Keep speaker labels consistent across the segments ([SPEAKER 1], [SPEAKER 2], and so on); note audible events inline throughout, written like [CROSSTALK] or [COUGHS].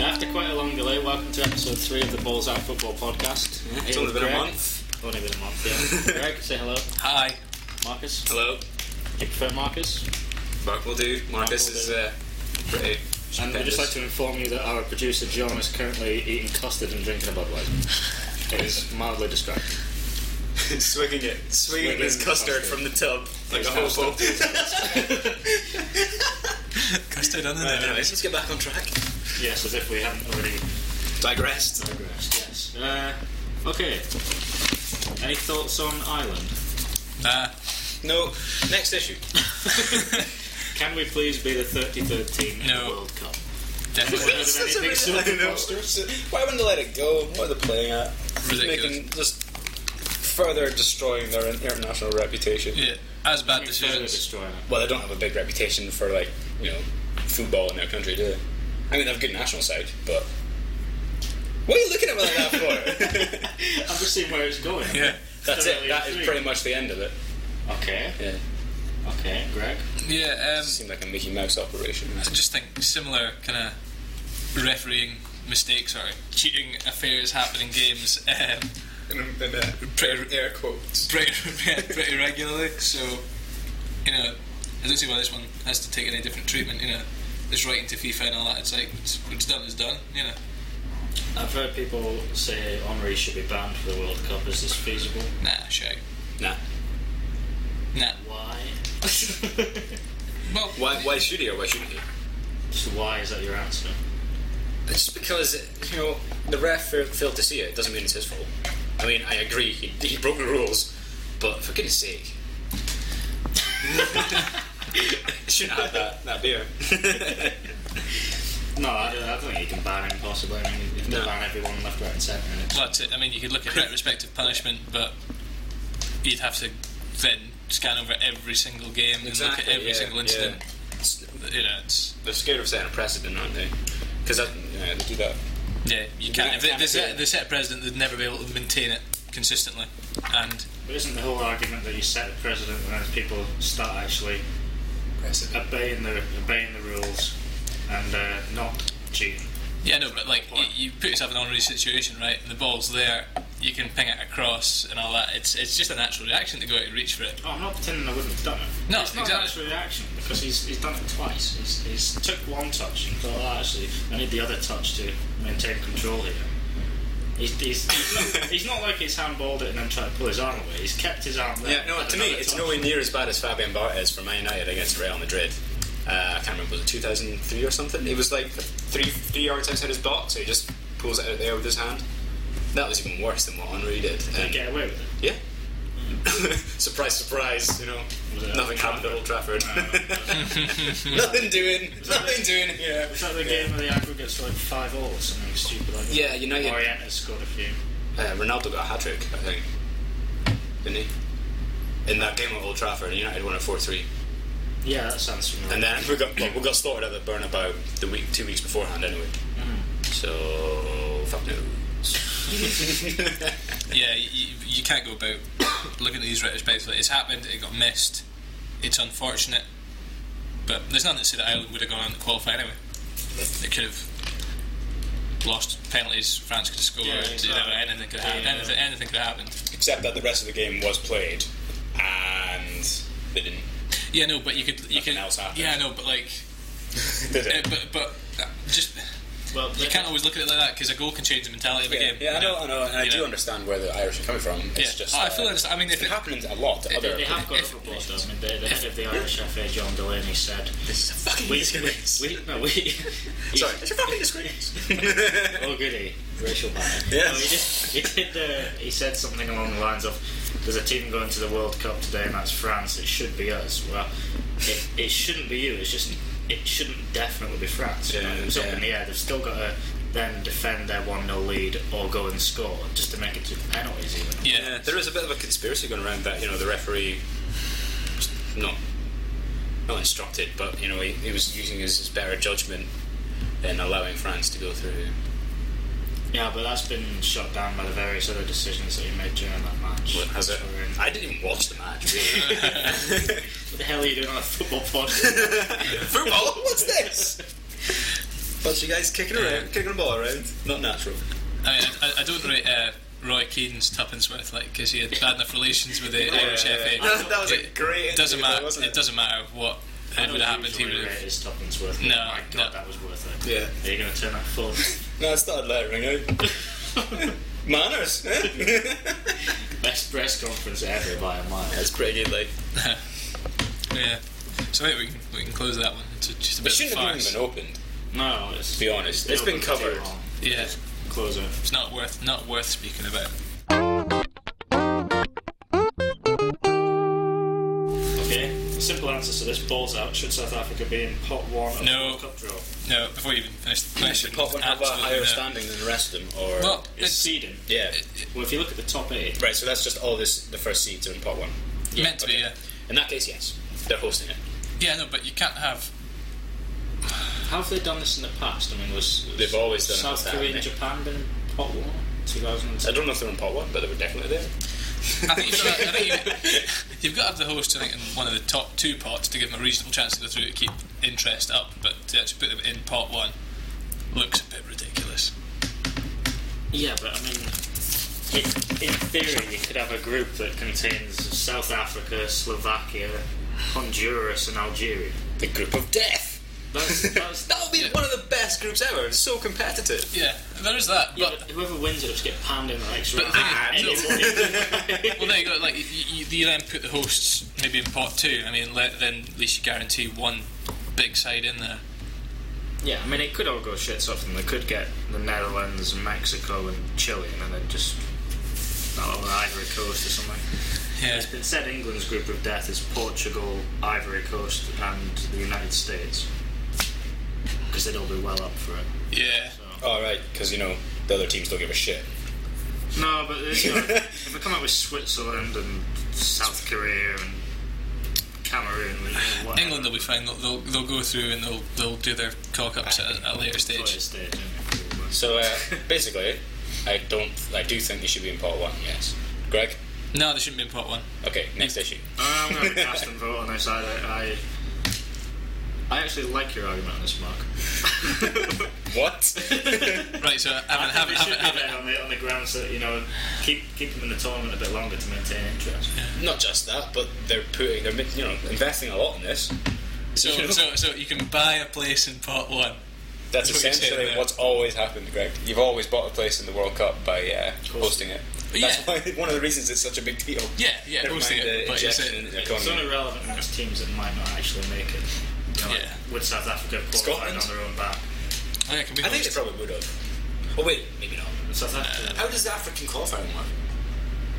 [SPEAKER 1] After quite a long delay, welcome to episode three of the Balls Out Football Podcast.
[SPEAKER 2] It's
[SPEAKER 1] Here
[SPEAKER 2] only
[SPEAKER 1] with
[SPEAKER 2] been a
[SPEAKER 1] Greg.
[SPEAKER 2] month.
[SPEAKER 1] Only been a [LAUGHS] month, yeah. Greg, say hello.
[SPEAKER 2] Hi.
[SPEAKER 1] Marcus, do
[SPEAKER 2] Hello.
[SPEAKER 1] you prefer Marcus?
[SPEAKER 2] Mark will do. Marcus is uh, pretty.
[SPEAKER 1] And we'd just like to inform you that our producer John is currently eating custard and drinking a Budweiser. It [LAUGHS] is mildly described.
[SPEAKER 2] to swigging it, swigging,
[SPEAKER 1] Swigging
[SPEAKER 2] his custard,
[SPEAKER 1] custard.
[SPEAKER 2] from the tub like
[SPEAKER 1] It's
[SPEAKER 2] a
[SPEAKER 1] now
[SPEAKER 2] hobo.
[SPEAKER 3] Custard on
[SPEAKER 2] Right,
[SPEAKER 3] it.
[SPEAKER 2] anyway, let's get back on track.
[SPEAKER 1] Yes, as if we haven't already
[SPEAKER 2] Digressed.
[SPEAKER 1] digressed. Yes. Uh, okay. Any thoughts on Ireland?
[SPEAKER 3] Nah.
[SPEAKER 2] No. Next issue.
[SPEAKER 1] Can we please be the 33rd team in
[SPEAKER 3] No.
[SPEAKER 1] the World Cup?
[SPEAKER 3] Definitely.
[SPEAKER 1] Is there anything so
[SPEAKER 2] Why wouldn't they let it go? What are they playing at?
[SPEAKER 3] Ridiculous.
[SPEAKER 2] Making just further destroying their international reputation.
[SPEAKER 3] yeah. As bad
[SPEAKER 1] Further
[SPEAKER 3] decisions.
[SPEAKER 1] destroying it.
[SPEAKER 2] Well, they don't have a big reputation for like you know football in their country, do they? I mean, they have a good national side, but what are you looking at me like [LAUGHS] that for?
[SPEAKER 1] [LAUGHS] I've just seen where it's going.
[SPEAKER 3] Yeah.
[SPEAKER 2] That's it. That
[SPEAKER 1] Three.
[SPEAKER 2] is pretty much the end of it.
[SPEAKER 1] Okay.
[SPEAKER 2] Yeah,
[SPEAKER 1] Okay, Greg.
[SPEAKER 3] Yeah. Um,
[SPEAKER 2] seemed like a Mickey Mouse operation.
[SPEAKER 3] I just think similar kind of refereeing mistakes or cheating affairs happen in games um,
[SPEAKER 2] In, in, uh, air quotes.
[SPEAKER 3] pretty, [LAUGHS] pretty regularly. So, you know, I don't see why this one has to take any different treatment. You know, it's right into FIFA and all that. It's like it's, it's done. It's done. You know.
[SPEAKER 1] I've heard people say Henri should be banned for the World Cup. Is this feasible?
[SPEAKER 3] Nah. Shite.
[SPEAKER 2] [LAUGHS] Nah.
[SPEAKER 3] Nah.
[SPEAKER 1] Why?
[SPEAKER 3] Well.
[SPEAKER 2] Why? Why should he or why shouldn't he?
[SPEAKER 1] so why is that your answer?
[SPEAKER 2] Just because you know the ref failed to see it doesn't mean it's his fault. I mean, I agree he, he broke the rules, but for goodness sake, [LAUGHS] shouldn't have that that [LAUGHS] beer.
[SPEAKER 1] No, I don't, I don't think you can ban him possibly. I mean, you can
[SPEAKER 2] No.
[SPEAKER 1] ban everyone left, right, and centre. and it's-
[SPEAKER 3] Well, that's it. I mean, you could look at retrospective punishment, but you'd have to then scan over every single game and look at every
[SPEAKER 2] yeah,
[SPEAKER 3] single
[SPEAKER 2] yeah.
[SPEAKER 3] incident.
[SPEAKER 2] It's-
[SPEAKER 3] You know, it's
[SPEAKER 2] They're scared of setting a precedent, aren't they? Because yeah, they do that.
[SPEAKER 3] yeah, you can't.
[SPEAKER 2] Yeah,
[SPEAKER 3] If they,
[SPEAKER 2] yeah.
[SPEAKER 3] they, set, they set a precedent, they'd never be able to maintain it consistently. And
[SPEAKER 1] But isn't the whole argument that you set a precedent and then people start actually
[SPEAKER 2] Precedent.
[SPEAKER 1] obeying the obeying the rules and uh, not cheating?
[SPEAKER 3] yeah, no, but like you, you put yourself in an honorary situation, right? And the ball's there, you can ping it across and all that. It's it's just a natural reaction to go out and reach for it.
[SPEAKER 1] Oh, I'm not pretending I wouldn't have done it.
[SPEAKER 3] No,
[SPEAKER 1] it's not
[SPEAKER 3] exactly.
[SPEAKER 1] an actual reaction because he's, he's done it twice. He's, he's took one touch and thought, oh, actually, I need the other touch to maintain control here. He's, he's, he's,
[SPEAKER 2] [LAUGHS]
[SPEAKER 1] not, he's not like he's handballed it and then tried to pull his arm away. He's kept his arm there.
[SPEAKER 2] Uh, Yeah, no.
[SPEAKER 1] had
[SPEAKER 2] To me,
[SPEAKER 1] another
[SPEAKER 2] it's
[SPEAKER 1] touch.
[SPEAKER 2] nowhere near as bad as Fabian Barthez for Man United against Real Madrid. Uh, I can't remember was it 2003 or something. It was like three three yards outside his box, so he just pulls it out there with his hand. That was even worse than what Henri did.
[SPEAKER 1] Did
[SPEAKER 2] Um,
[SPEAKER 1] he get away with it?
[SPEAKER 2] yeah. [LAUGHS] surprise, surprise. You know,
[SPEAKER 1] Was it Old
[SPEAKER 2] nothing happened at Old Trafford. [LAUGHS]
[SPEAKER 1] [LAUGHS]
[SPEAKER 2] nothing doing. Nothing doing here.
[SPEAKER 1] Was that the game where the aggregates were like 5 all or something stupid like that?
[SPEAKER 2] Yeah, United.
[SPEAKER 1] Oriental scored a few.
[SPEAKER 2] Uh, Ronaldo got a hat trick, I think, didn't he? In that game at Old Trafford, and United won it four three,
[SPEAKER 1] Yeah, that sounds familiar.
[SPEAKER 2] and then we got well, we got slaughtered at the Burnabout the week two weeks beforehand anyway. So fuck [LAUGHS] no.
[SPEAKER 3] Yeah, you- you, you can't go about looking at these retrospectively. It's happened. It got missed. It's unfortunate, but there's nothing to say that Ireland would have gone on to qualify anyway. They could have lost penalties. France could have scored.
[SPEAKER 1] Yeah,
[SPEAKER 3] You know,
[SPEAKER 1] exactly.
[SPEAKER 3] anything could have happened.
[SPEAKER 1] Yeah.
[SPEAKER 3] Anything, anything could have happened.
[SPEAKER 2] Except that the rest of the game was played, and they didn't. [LAUGHS]
[SPEAKER 3] Yeah, no, but you could. You
[SPEAKER 2] Nothing
[SPEAKER 3] could.
[SPEAKER 2] else happened.
[SPEAKER 3] Yeah, no, but like,
[SPEAKER 2] Did
[SPEAKER 3] eh,
[SPEAKER 2] it?
[SPEAKER 3] but but uh, just
[SPEAKER 1] well,
[SPEAKER 3] you can't always look at it like that because a goal can change the mentality of a
[SPEAKER 2] [LAUGHS] Yeah,
[SPEAKER 3] game.
[SPEAKER 2] yeah, I know, I know, and I
[SPEAKER 3] You
[SPEAKER 2] do
[SPEAKER 3] know.
[SPEAKER 2] understand where the Irish are coming from. It's
[SPEAKER 3] Yeah.
[SPEAKER 2] just
[SPEAKER 3] Oh, I fully understand. I mean,
[SPEAKER 2] it's
[SPEAKER 3] if
[SPEAKER 2] been happening a lot to other.
[SPEAKER 1] They have got
[SPEAKER 3] If-
[SPEAKER 1] a report, though. I mean, the, the head of the Irish FA, John Delaney,
[SPEAKER 2] [LAUGHS]
[SPEAKER 1] said
[SPEAKER 2] this is a fucking
[SPEAKER 1] We,
[SPEAKER 2] disgrace.
[SPEAKER 1] we,
[SPEAKER 2] [LAUGHS]
[SPEAKER 1] no, we. [LAUGHS]
[SPEAKER 2] Sorry, it's a fucking disgrace. [LAUGHS]
[SPEAKER 1] Oh, goody. Racial banner.
[SPEAKER 2] Yeah.
[SPEAKER 1] No, he, just, he, did, uh, he said something along the lines of there's a team going to the World Cup today, and that's France. It should be us. Well, it, it shouldn't be you. It's just, it shouldn't definitely be France. you know.
[SPEAKER 2] Yeah,
[SPEAKER 1] it was up
[SPEAKER 2] yeah.
[SPEAKER 1] in the air. They've still got to then defend their 1 0 lead or go and score just to make it to penalties, even.
[SPEAKER 3] Yeah.
[SPEAKER 2] Yeah, there is a bit of a conspiracy going around that you know the referee, was not not instructed, but you know he, he was using his, his better judgment in allowing France to go through.
[SPEAKER 1] Yeah, but that's been shot down by the various other decisions that he made during that match.
[SPEAKER 2] What has it?
[SPEAKER 1] That's where-
[SPEAKER 2] I didn't even watch the match. Really. [LAUGHS]
[SPEAKER 1] What the hell are you doing on a football podcast?
[SPEAKER 2] Football? What's this? Bunch of guys kicking around, kicking the ball around. Not natural.
[SPEAKER 3] I mean, I, I- I don't rate uh, Roy Keane's tuppence worth, like, because he had bad enough relations with the Irish FA.
[SPEAKER 2] [LAUGHS] That, that was a great.
[SPEAKER 3] It doesn't
[SPEAKER 2] interview,
[SPEAKER 3] matter.
[SPEAKER 2] wasn't
[SPEAKER 3] It doesn't matter what
[SPEAKER 1] I
[SPEAKER 3] had would
[SPEAKER 1] don't
[SPEAKER 3] have happened. He
[SPEAKER 1] usually
[SPEAKER 3] would
[SPEAKER 1] rate
[SPEAKER 3] have.
[SPEAKER 1] his tuppence worth. it.
[SPEAKER 3] No,
[SPEAKER 1] my God,
[SPEAKER 3] no.
[SPEAKER 1] that was worth it.
[SPEAKER 2] Yeah.
[SPEAKER 1] Are you going to turn that phone?
[SPEAKER 2] No, I started lettering out. Manners. eh?
[SPEAKER 1] Best press conference ever by a mile.
[SPEAKER 2] [LAUGHS] That's pretty good. Like
[SPEAKER 3] Yeah. So I think we can, we can close that one. It's just a
[SPEAKER 2] it
[SPEAKER 3] bit of a
[SPEAKER 2] shouldn't have even
[SPEAKER 3] farce.
[SPEAKER 2] been opened.
[SPEAKER 1] No, it's
[SPEAKER 2] To be honest, it's been covered.
[SPEAKER 3] Yeah.
[SPEAKER 1] Close it.
[SPEAKER 3] It's not worth not worth speaking about.
[SPEAKER 1] Okay. Simple answer to this: balls out. Should South Africa be in pot one of
[SPEAKER 3] No.
[SPEAKER 1] the World Cup draw?
[SPEAKER 3] No, before you even finish the
[SPEAKER 2] Should Popper
[SPEAKER 3] question,
[SPEAKER 2] have a
[SPEAKER 3] absolutely
[SPEAKER 2] higher
[SPEAKER 3] no.
[SPEAKER 2] standing than the rest of them, or
[SPEAKER 3] Well,
[SPEAKER 1] It's
[SPEAKER 3] it's
[SPEAKER 1] seeding.
[SPEAKER 2] yeah?
[SPEAKER 1] Well, if you look at the top eight,
[SPEAKER 2] Right. So that's just all this the first seeds are in pot one.
[SPEAKER 3] meant to be. Yeah.
[SPEAKER 2] In that case, yes, they're hosting it.
[SPEAKER 3] Yeah. No, but you can't have.
[SPEAKER 1] how have they done this in the past? I mean, was, was
[SPEAKER 2] They've always done it
[SPEAKER 1] South
[SPEAKER 2] like that,
[SPEAKER 1] Korea and Japan
[SPEAKER 2] haven't they?
[SPEAKER 1] been in pot one?
[SPEAKER 2] I
[SPEAKER 1] 2010.
[SPEAKER 2] don't know if they're in pot one, but they were definitely
[SPEAKER 3] [LAUGHS]
[SPEAKER 2] there.
[SPEAKER 3] I think, you've got, I think you've, you've got to have the host, I think, in one of the top two pots to give them a reasonable chance to go through to keep interest up. But to actually put them in pot one looks a bit ridiculous.
[SPEAKER 1] Yeah, but I mean, in, in theory, you could have a group that contains South Africa, Slovakia, Honduras, and Algeria.
[SPEAKER 2] [LAUGHS] The group of death.
[SPEAKER 1] That's,
[SPEAKER 2] [LAUGHS]
[SPEAKER 1] that's
[SPEAKER 2] That would be one of the best groups ever. It's so competitive.
[SPEAKER 3] Yeah, there is that.
[SPEAKER 1] Yeah,
[SPEAKER 3] But
[SPEAKER 1] but whoever wins it will just get panned in the next
[SPEAKER 3] But
[SPEAKER 1] round.
[SPEAKER 3] the thing is-
[SPEAKER 1] [LAUGHS] Anybody.
[SPEAKER 3] Well, there you go. Like you, you, you then put the hosts maybe in pot two. I mean, let, then at least you guarantee one big side in there.
[SPEAKER 1] [LAUGHS] yeah, I mean, it could all go shits up, and they could get the Netherlands, Mexico, and Chile, and then they'd just I don't know, Ivory Coast or something.
[SPEAKER 3] Yeah,
[SPEAKER 1] It's been said England's group of death is Portugal, Ivory Coast, and the United States because they'd all be well up for it.
[SPEAKER 3] yeah.
[SPEAKER 2] All right, because you know the other teams don't give a shit.
[SPEAKER 1] No, but you know, if we come out with Switzerland and South Korea and Cameroon, and you know, whatever,
[SPEAKER 3] England will be fine. They'll, theyey'll, they'll go through and they'll they'll do their cock ups at a, a later
[SPEAKER 1] United
[SPEAKER 3] stage.
[SPEAKER 1] States, yeah. [LAUGHS]
[SPEAKER 2] So
[SPEAKER 3] [LAUGHS]
[SPEAKER 2] uh, basically, I don't. I do think they should be in pot one. Yes, Greg.
[SPEAKER 3] No, they shouldn't be in pot one.
[SPEAKER 2] Okay, next issue.
[SPEAKER 1] I'm going to cast and vote on this. I, I, I actually like your argument on this, Mark. [LAUGHS]
[SPEAKER 2] What?
[SPEAKER 3] [LAUGHS] Right, so haven't
[SPEAKER 1] I
[SPEAKER 3] haven't
[SPEAKER 1] think they should
[SPEAKER 3] haven't
[SPEAKER 1] be there
[SPEAKER 3] haven't.
[SPEAKER 1] on the, on the grounds that, you know, keep, keep them in the tournament a bit longer to maintain interest.
[SPEAKER 2] Not just that, but they're putting. They're you know investing a lot in this.
[SPEAKER 3] So, so so you can buy a place in pot one.
[SPEAKER 2] That's
[SPEAKER 3] That's what you're saying
[SPEAKER 2] essentially
[SPEAKER 3] there.
[SPEAKER 2] what's always happened, Greg. You've always bought a place in the World Cup by uh, hosting it. That's
[SPEAKER 3] Yeah.
[SPEAKER 2] why [LAUGHS] one of the reasons it's such a big deal.
[SPEAKER 3] Yeah, yeah,
[SPEAKER 2] Never
[SPEAKER 3] hosting
[SPEAKER 2] mind
[SPEAKER 3] it,
[SPEAKER 2] the
[SPEAKER 3] but it's
[SPEAKER 2] injection
[SPEAKER 3] a-
[SPEAKER 2] into the
[SPEAKER 1] It's only
[SPEAKER 2] economy.
[SPEAKER 1] relevant against teams that might not actually make it. You know, like,
[SPEAKER 3] Yeah.
[SPEAKER 1] Would South Africa have qualified
[SPEAKER 2] Scotland?
[SPEAKER 1] on their own back?
[SPEAKER 3] Oh, yeah, it can be
[SPEAKER 2] I think they
[SPEAKER 3] hosted.
[SPEAKER 2] probably would have. Oh wait, maybe not.
[SPEAKER 1] South
[SPEAKER 3] Uh,
[SPEAKER 1] Africa.
[SPEAKER 2] How does the African qualifying work?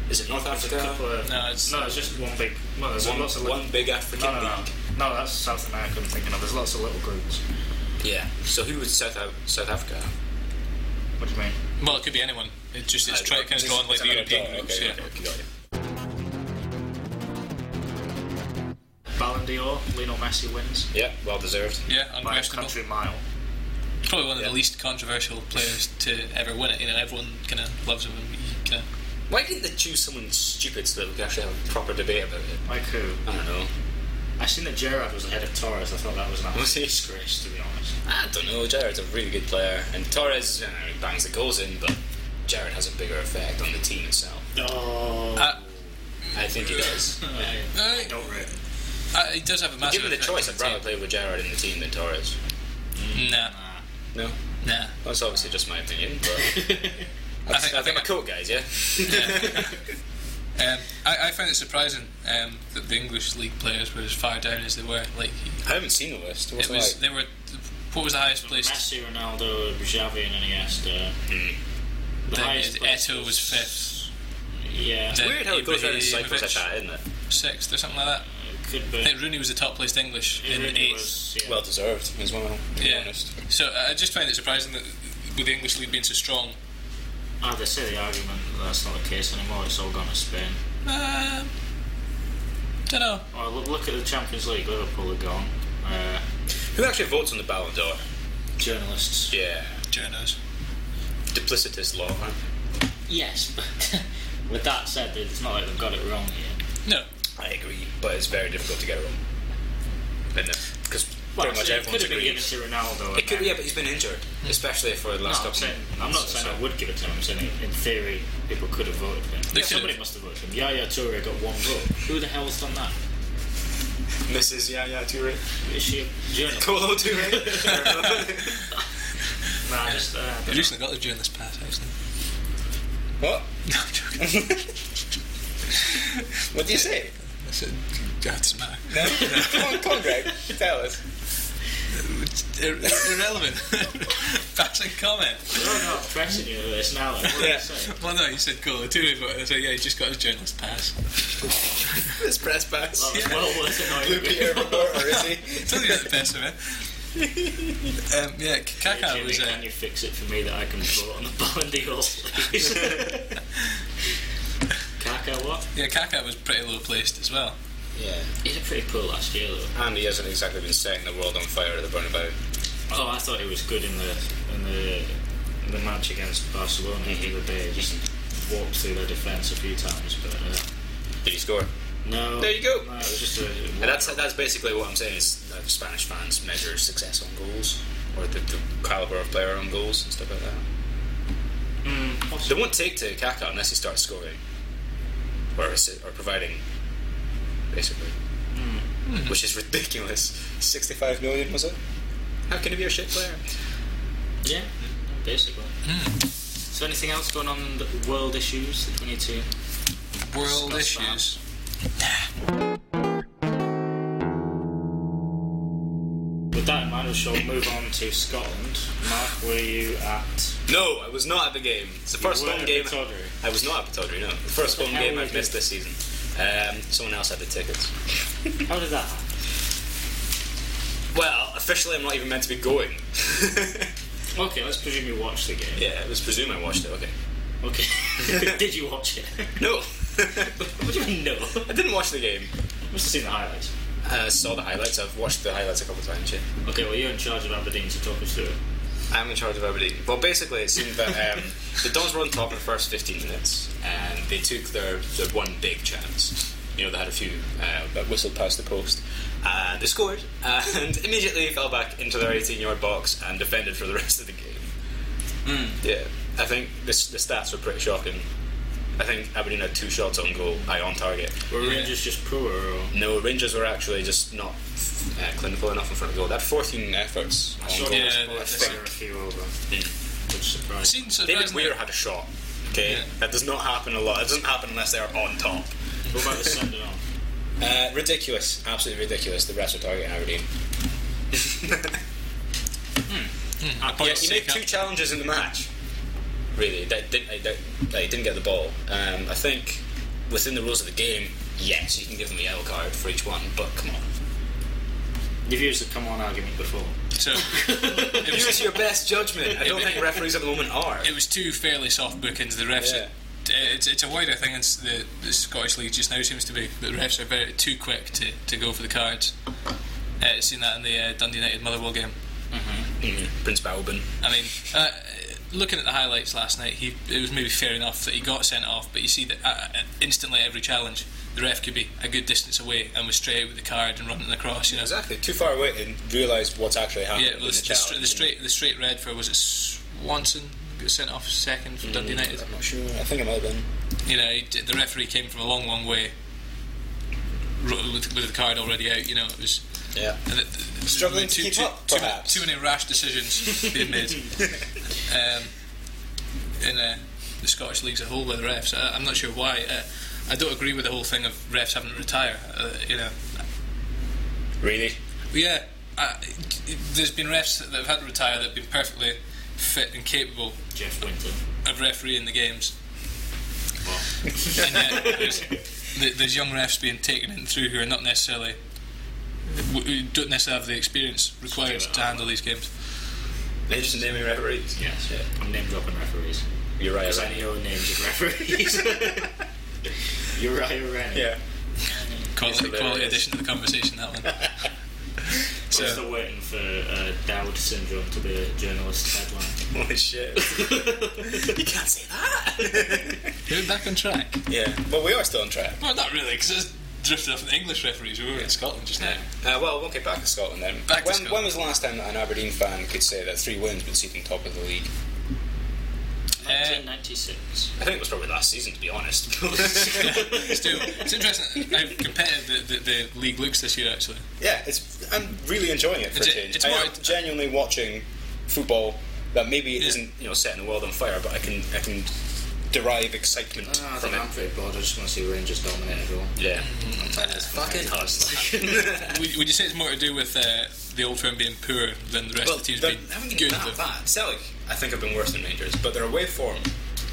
[SPEAKER 2] Is it North
[SPEAKER 1] There's a couple
[SPEAKER 2] Africa?
[SPEAKER 1] of,
[SPEAKER 3] No, it's-
[SPEAKER 1] no, it's just one big. Well, there's
[SPEAKER 2] One,
[SPEAKER 1] lots of
[SPEAKER 2] one
[SPEAKER 1] little,
[SPEAKER 2] big African
[SPEAKER 1] no, no, no,
[SPEAKER 2] league.
[SPEAKER 1] no. That's South America. I'm thinking of. There's lots of little groups.
[SPEAKER 2] Yeah. So who was South Af- South Africa?
[SPEAKER 1] What do you mean?
[SPEAKER 3] Well, it could be anyone. It just it's
[SPEAKER 2] Uh,
[SPEAKER 3] try, kind
[SPEAKER 2] just-
[SPEAKER 3] of drawn like
[SPEAKER 2] just
[SPEAKER 3] the
[SPEAKER 2] another
[SPEAKER 3] European
[SPEAKER 2] dot,
[SPEAKER 3] groups.
[SPEAKER 2] okay,
[SPEAKER 3] yeah.
[SPEAKER 2] okay, okay, got you.
[SPEAKER 1] Ballon d'Or. Lionel Messi wins
[SPEAKER 2] Yeah, well deserved.
[SPEAKER 3] Yeah,
[SPEAKER 1] by a
[SPEAKER 3] unquestionable.
[SPEAKER 1] country mile.
[SPEAKER 3] Probably one of
[SPEAKER 2] Yeah.
[SPEAKER 3] the least controversial players to ever win it. You know, everyone kind of loves him. And he kind of,
[SPEAKER 2] Why didn't they choose someone stupid so that we could actually have a proper debate about it?
[SPEAKER 1] Like who?
[SPEAKER 2] I don't know.
[SPEAKER 1] I seen that Gerard was ahead of Torres. I thought that was an
[SPEAKER 2] Was he?
[SPEAKER 1] absolute disgrace, to be honest.
[SPEAKER 2] I don't know. Jared's a really good player, and Torres you know, he bangs the goals in, but Jared has a bigger effect on the team itself.
[SPEAKER 1] Oh.
[SPEAKER 3] I-
[SPEAKER 2] I think he
[SPEAKER 3] [LAUGHS]
[SPEAKER 2] does.
[SPEAKER 3] I-
[SPEAKER 1] don't rate. him.
[SPEAKER 3] I- he does have a massive.
[SPEAKER 2] Given the
[SPEAKER 3] effect
[SPEAKER 2] choice,
[SPEAKER 3] on
[SPEAKER 2] I'd
[SPEAKER 3] the
[SPEAKER 2] rather play with Jared in the team than Torres.
[SPEAKER 3] team. Nah,
[SPEAKER 1] [LAUGHS]
[SPEAKER 2] No,
[SPEAKER 3] nah.
[SPEAKER 2] that's obviously just my opinion, but
[SPEAKER 3] [LAUGHS] I think, I think
[SPEAKER 2] my coat guys,
[SPEAKER 3] [LAUGHS]
[SPEAKER 2] yeah.
[SPEAKER 3] um, I, I found it surprising um, that the English league players were as far down as they were. Like
[SPEAKER 2] I haven't seen the list. What's
[SPEAKER 3] it
[SPEAKER 2] it
[SPEAKER 3] was,
[SPEAKER 2] like?
[SPEAKER 3] they were. What was the highest placed?
[SPEAKER 1] Messi, Ronaldo, Xavi, and Iniesta.
[SPEAKER 2] Hmm.
[SPEAKER 1] The
[SPEAKER 3] Then
[SPEAKER 1] highest placed
[SPEAKER 3] Eto was fifth.
[SPEAKER 1] Yeah,
[SPEAKER 3] Then
[SPEAKER 2] Weird how it goes around in cycles like
[SPEAKER 3] Ibrahimovic
[SPEAKER 2] that, isn't it?
[SPEAKER 3] sixth or something like that.
[SPEAKER 1] could
[SPEAKER 3] I
[SPEAKER 1] be.
[SPEAKER 3] think Rooney was the top placed English
[SPEAKER 1] It
[SPEAKER 3] in
[SPEAKER 1] really
[SPEAKER 3] eighth.
[SPEAKER 1] was, yeah.
[SPEAKER 2] Well deserved as well. To be
[SPEAKER 3] Yeah.
[SPEAKER 2] honest.
[SPEAKER 3] So I just find it surprising that with the English league being so strong.
[SPEAKER 1] Ah, they say the argument that that's not the case anymore. It's all gone to Spain.
[SPEAKER 3] Um, don't know.
[SPEAKER 1] Oh, look, look at the Champions League. Liverpool are gone. Uh,
[SPEAKER 2] Who actually votes on the Ballon d'Or?
[SPEAKER 1] journalists.
[SPEAKER 2] Yeah,
[SPEAKER 3] Journos.
[SPEAKER 2] duplicitous law. Huh?
[SPEAKER 1] Yes, but [LAUGHS] with that said, it's not like they've got it wrong here.
[SPEAKER 3] No.
[SPEAKER 2] I agree, but it's very difficult to get it wrong. Because
[SPEAKER 1] Well,
[SPEAKER 2] pretty much
[SPEAKER 1] so it
[SPEAKER 2] everyone's
[SPEAKER 1] could have been given
[SPEAKER 2] agrees.
[SPEAKER 1] to Ronaldo.
[SPEAKER 2] It could,
[SPEAKER 1] and
[SPEAKER 2] yeah, but he's been injured, especially for the
[SPEAKER 1] No,
[SPEAKER 2] last
[SPEAKER 1] I'm,
[SPEAKER 2] couple.
[SPEAKER 1] saying,
[SPEAKER 2] of
[SPEAKER 1] I'm not
[SPEAKER 2] months or
[SPEAKER 1] saying
[SPEAKER 2] so.
[SPEAKER 1] I would give it to him. I'm saying in theory, people could have voted for him.
[SPEAKER 3] They
[SPEAKER 1] Yeah,
[SPEAKER 3] should
[SPEAKER 1] somebody
[SPEAKER 3] have.
[SPEAKER 1] must have voted for him. Yaya Toure got one vote. Who the hell's done that?
[SPEAKER 2] Mrs. Yeah, yeah, Toure. [LAUGHS]
[SPEAKER 1] Is she a journalist?
[SPEAKER 2] Colo Toure.
[SPEAKER 1] [LAUGHS] Nah, I just. Uh, I
[SPEAKER 3] I
[SPEAKER 1] don't know.
[SPEAKER 3] recently got the journalist pass, actually.
[SPEAKER 2] what?
[SPEAKER 3] [LAUGHS] No, I'm joking.
[SPEAKER 2] What do you say?
[SPEAKER 3] I said, doesn't matter.
[SPEAKER 2] No? [LAUGHS] come on, come on, Greg. Tell us.
[SPEAKER 3] It's ir- irrelevant. [LAUGHS] Passing comment.
[SPEAKER 1] No, no, I'm pressing you with this now. Like, what are
[SPEAKER 2] Yeah.
[SPEAKER 1] you saying?
[SPEAKER 3] Well, no, you said Call of Duty, but I said, yeah, he's just got his journalist pass.
[SPEAKER 2] This press
[SPEAKER 1] Well,
[SPEAKER 2] pass.
[SPEAKER 1] it's well worth
[SPEAKER 2] Blue
[SPEAKER 1] annoying
[SPEAKER 2] Peter
[SPEAKER 1] people.
[SPEAKER 2] reporter, is
[SPEAKER 3] [LAUGHS]
[SPEAKER 2] he?
[SPEAKER 3] Told you that the best of it. Um, yeah,
[SPEAKER 1] Hey,
[SPEAKER 3] Kaka
[SPEAKER 1] Jimmy,
[SPEAKER 3] was. Uh,
[SPEAKER 1] can you fix it for me that I can vote on the [LAUGHS] Ballon d'Or, [LAUGHS] please? Kaka, what?
[SPEAKER 3] yeah, Kaka was pretty low placed as well.
[SPEAKER 2] Yeah.
[SPEAKER 1] He did pretty poor last year, though.
[SPEAKER 2] And he hasn't exactly been setting the world on fire at the Bernabeu.
[SPEAKER 1] Oh, I thought he was good in the in the in the match against Barcelona the other day. Just walked through their defence a few times, but uh,
[SPEAKER 2] Did he score?
[SPEAKER 1] no.
[SPEAKER 2] There you go.
[SPEAKER 1] No, it was just a.
[SPEAKER 2] And that's that's basically what I'm saying is that Spanish fans measure success on goals or the, the caliber of player on goals and stuff like that.
[SPEAKER 1] Mm,
[SPEAKER 2] They
[SPEAKER 1] possibly.
[SPEAKER 2] won't take to Kaká unless he starts scoring or assi- or providing, basically, which is ridiculous. Sixty-five million was it? How can he be a shit player?
[SPEAKER 1] yeah, basically. Hmm. So, anything else going on in the world issues that we need to?
[SPEAKER 3] World
[SPEAKER 1] Discuss
[SPEAKER 3] issues.
[SPEAKER 1] With that in mind, we shall move on to Scotland. Mark, were you at?
[SPEAKER 2] No, I was not at the game. It's the first
[SPEAKER 1] were
[SPEAKER 2] home
[SPEAKER 1] at
[SPEAKER 2] game.
[SPEAKER 1] Pittodrie.
[SPEAKER 2] I was not at Pittodrie, no. The first home
[SPEAKER 1] hell
[SPEAKER 2] game
[SPEAKER 1] were
[SPEAKER 2] I've
[SPEAKER 1] you
[SPEAKER 2] missed this season. Um, someone else had the tickets.
[SPEAKER 1] How did that? happen?
[SPEAKER 2] Well, officially, I'm not even meant to be going. [LAUGHS]
[SPEAKER 1] Okay, let's presume you watched the game.
[SPEAKER 2] yeah, it was presumed I watched it. [LAUGHS] Okay.
[SPEAKER 1] [LAUGHS] Okay, did you watch it?
[SPEAKER 2] No, [LAUGHS]
[SPEAKER 1] what do you mean no? [LAUGHS]
[SPEAKER 2] I didn't watch the game.
[SPEAKER 1] Must have seen the highlights.
[SPEAKER 2] I saw the highlights. I've watched the highlights a couple of times. Yeah.
[SPEAKER 1] Okay, well you're in charge of Aberdeen, so talk us through it.
[SPEAKER 2] I'm in charge of Aberdeen. Well, basically, it seemed [LAUGHS] that um, the Dons were on top in the first 15 minutes, and they took their, their one big chance. You know, they had a few uh, that whistled past the post. Uh, they scored, [LAUGHS] and immediately fell back into their 18-yard box and defended for the rest of the game. Hmm. Yeah, I think this, the stats were pretty shocking. I think Aberdeen had two shots on goal, I on target.
[SPEAKER 1] Were Rangers just poor, or
[SPEAKER 2] No, Rangers were actually just not uh, clinical enough in front of goal. They had 14 efforts on goal. Hmm.
[SPEAKER 1] Surely
[SPEAKER 3] Yeah,
[SPEAKER 1] Spurs
[SPEAKER 3] that's-
[SPEAKER 1] figure a few over, which surprised.
[SPEAKER 3] Seems
[SPEAKER 2] David
[SPEAKER 3] surprisingly.
[SPEAKER 2] Weir had a shot. Okay,
[SPEAKER 3] Yeah.
[SPEAKER 2] that does not happen a lot. It doesn't happen unless they're on top.
[SPEAKER 1] What about the sending off?
[SPEAKER 2] Uh, ridiculous, absolutely ridiculous. The rest are targeting Aberdeen. [LAUGHS]
[SPEAKER 3] Hmm. I
[SPEAKER 2] Yeah,
[SPEAKER 3] pointed
[SPEAKER 2] he
[SPEAKER 3] to
[SPEAKER 2] made
[SPEAKER 3] Kaka.
[SPEAKER 2] two challenges in the match. Really, that didn't. They, they didn't get the ball. Um, I think within the rules of the game, yes, you can give them a yellow card for each one. But come on,
[SPEAKER 1] You've used the come on argument before.
[SPEAKER 3] [LAUGHS] So it
[SPEAKER 2] use
[SPEAKER 3] was,
[SPEAKER 2] your best judgment. I don't think referees at the moment are.
[SPEAKER 3] it was two fairly soft bookings. The refs.
[SPEAKER 2] Yeah.
[SPEAKER 3] uh, It's, it's a wider thing. It's the, the Scottish league just now seems to be. The refs are very too quick to, to go for the cards. Uh, seen that in the uh, Dundee United Motherwell game.
[SPEAKER 2] Mm, Prince Balbin.
[SPEAKER 3] I mean, uh, looking at the highlights last night, he it was maybe fair enough that he got sent off, but you see that uh, uh, instantly every challenge, the ref could be a good distance away and was straight out with the card and running across. You know,
[SPEAKER 2] Exactly. Too far away and realise what's actually happening.
[SPEAKER 3] yeah, well, the, the, stra- the straight the straight red for was it Swanson got sent off second for Dundee United.
[SPEAKER 2] I'm not sure. I think it might have been.
[SPEAKER 3] You know, he d- the referee came from a long, long way ro- with, with the card already out. You know, it was.
[SPEAKER 2] Yeah.
[SPEAKER 3] And it- it was
[SPEAKER 2] Struggling to
[SPEAKER 3] too,
[SPEAKER 2] keep
[SPEAKER 3] too,
[SPEAKER 2] up,
[SPEAKER 3] too,
[SPEAKER 2] perhaps.
[SPEAKER 3] too many rash decisions being
[SPEAKER 2] [LAUGHS]
[SPEAKER 3] made um, in uh, the Scottish leagues as a whole by the refs. I, I'm not sure why. Uh, I don't agree with the whole thing of refs having to retire. Uh, you know,
[SPEAKER 2] Really?
[SPEAKER 3] yeah, I, there's been refs that have had to retire that have been perfectly fit and capable
[SPEAKER 1] Jeff Winton.
[SPEAKER 3] of refereeing the games.
[SPEAKER 1] Well,
[SPEAKER 3] and yet there's, th- there's young refs being taken in through who are not necessarily who who don't necessarily have the experience required
[SPEAKER 1] Just give it
[SPEAKER 3] to
[SPEAKER 1] up.
[SPEAKER 3] handle these games.
[SPEAKER 2] They're just naming referees.
[SPEAKER 1] yes,
[SPEAKER 2] Yeah.
[SPEAKER 1] I'm name dropping referees.
[SPEAKER 2] You're right.
[SPEAKER 1] Because I know names of [LAUGHS] referees. Uriah Rennie.
[SPEAKER 2] Yeah.
[SPEAKER 3] Quality,
[SPEAKER 2] there
[SPEAKER 3] quality
[SPEAKER 2] it is.
[SPEAKER 3] addition to the conversation that [LAUGHS] one.
[SPEAKER 1] So.
[SPEAKER 3] So-
[SPEAKER 1] still waiting for uh, Dowd syndrome to be a journalist headline.
[SPEAKER 2] Holy shit. you can't say that. [LAUGHS]
[SPEAKER 3] We're back on track.
[SPEAKER 2] yeah. But we are still on track.
[SPEAKER 3] Well, not really, because drifted off the English referees. We were in Scotland just now.
[SPEAKER 2] Uh, well, we'll get back to Scotland then.
[SPEAKER 3] Back to
[SPEAKER 2] when,
[SPEAKER 3] Scotland.
[SPEAKER 2] when was the last time that an Aberdeen fan could say that three wins would see them top of the league?
[SPEAKER 3] Uh,
[SPEAKER 1] 1996.
[SPEAKER 2] I think it was probably last season, to be [LAUGHS] honest.
[SPEAKER 3] still, Uh, it's interesting how competitive the, the, the league looks this year. Actually,
[SPEAKER 2] yeah, it's, I'm really enjoying it for
[SPEAKER 3] It's-
[SPEAKER 2] a change.
[SPEAKER 3] it's
[SPEAKER 2] I
[SPEAKER 3] more-
[SPEAKER 2] am genuinely watching football that maybe
[SPEAKER 3] Yeah.
[SPEAKER 2] isn't you know setting the world on fire, but I can I can derive excitement
[SPEAKER 1] Ah, I
[SPEAKER 2] from
[SPEAKER 1] think
[SPEAKER 2] it.
[SPEAKER 1] I'm pretty bored. I just want to see Rangers dominate everyone.
[SPEAKER 2] Yeah,
[SPEAKER 1] Fucking
[SPEAKER 2] [LAUGHS]
[SPEAKER 1] hard.
[SPEAKER 3] would, would you say it's more to do with uh, the old firm being poor than the rest
[SPEAKER 2] well,
[SPEAKER 3] of the teams
[SPEAKER 2] they're-
[SPEAKER 3] being
[SPEAKER 2] haven't been
[SPEAKER 3] good?
[SPEAKER 2] that bad. Celtic, I think, have been worse than Rangers, but their away form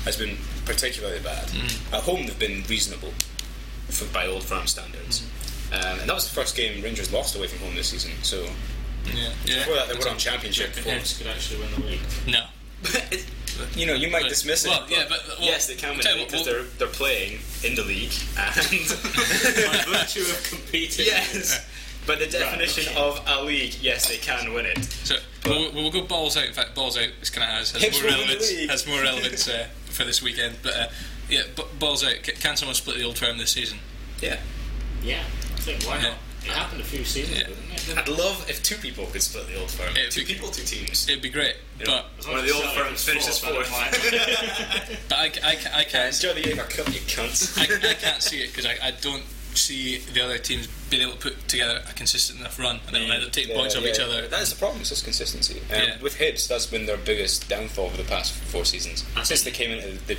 [SPEAKER 2] has been particularly bad.
[SPEAKER 3] Mm.
[SPEAKER 2] At home, they've been reasonable for, by old firm standards. Um, and that was the first game Rangers lost away from home this season. So
[SPEAKER 3] Mm. Yeah, yeah.
[SPEAKER 2] before that, they were on championship form.
[SPEAKER 1] Wolves could actually win the league.
[SPEAKER 3] No.
[SPEAKER 2] you know, you might dismiss it.
[SPEAKER 3] Well, yeah,
[SPEAKER 2] but
[SPEAKER 3] but well,
[SPEAKER 2] yes, they can win
[SPEAKER 3] tell you
[SPEAKER 2] because
[SPEAKER 3] what,
[SPEAKER 2] they're they're playing in the league
[SPEAKER 1] [LAUGHS] By
[SPEAKER 2] and
[SPEAKER 3] [LAUGHS]
[SPEAKER 2] [LAUGHS]
[SPEAKER 1] virtue of competing.
[SPEAKER 2] yes. By the definition
[SPEAKER 1] okay.
[SPEAKER 2] of a league, yes, they can win it.
[SPEAKER 3] So we'll, we'll go balls out. In fact, balls out is kind of has, has
[SPEAKER 2] Hips
[SPEAKER 3] more
[SPEAKER 2] will win the
[SPEAKER 3] relevance.
[SPEAKER 2] league.
[SPEAKER 3] Has more relevance uh, for this weekend. But uh, yeah, b- balls out. C- can someone split the old term this season?
[SPEAKER 2] Yeah.
[SPEAKER 1] Yeah, I think why not? It happened a few seasons,
[SPEAKER 3] Yeah.
[SPEAKER 1] ago, didn't [LAUGHS] it?
[SPEAKER 2] I'd love if two people could split the old firm.
[SPEAKER 3] It'd
[SPEAKER 2] two
[SPEAKER 3] be-
[SPEAKER 2] people, two teams.
[SPEAKER 3] It'd be great.
[SPEAKER 1] As
[SPEAKER 3] But
[SPEAKER 1] long
[SPEAKER 2] One of
[SPEAKER 1] as
[SPEAKER 2] the old
[SPEAKER 1] Celtic
[SPEAKER 2] firms
[SPEAKER 1] was
[SPEAKER 2] finishes
[SPEAKER 1] fourth, I don't
[SPEAKER 2] fourth.
[SPEAKER 1] mind.
[SPEAKER 2] [LAUGHS]
[SPEAKER 3] but I, c- I, c- I can't.
[SPEAKER 2] Enjoy the Ava Cup, you cunts.
[SPEAKER 3] I, [LAUGHS] I can't see it because I, I don't see the other teams being able to put together a consistent enough run and then either take points off each other.
[SPEAKER 2] That is the problem. It's just consistency. Um,
[SPEAKER 3] Yeah.
[SPEAKER 2] With Hibs, that's been their biggest downfall over the past four seasons. Since they came into the,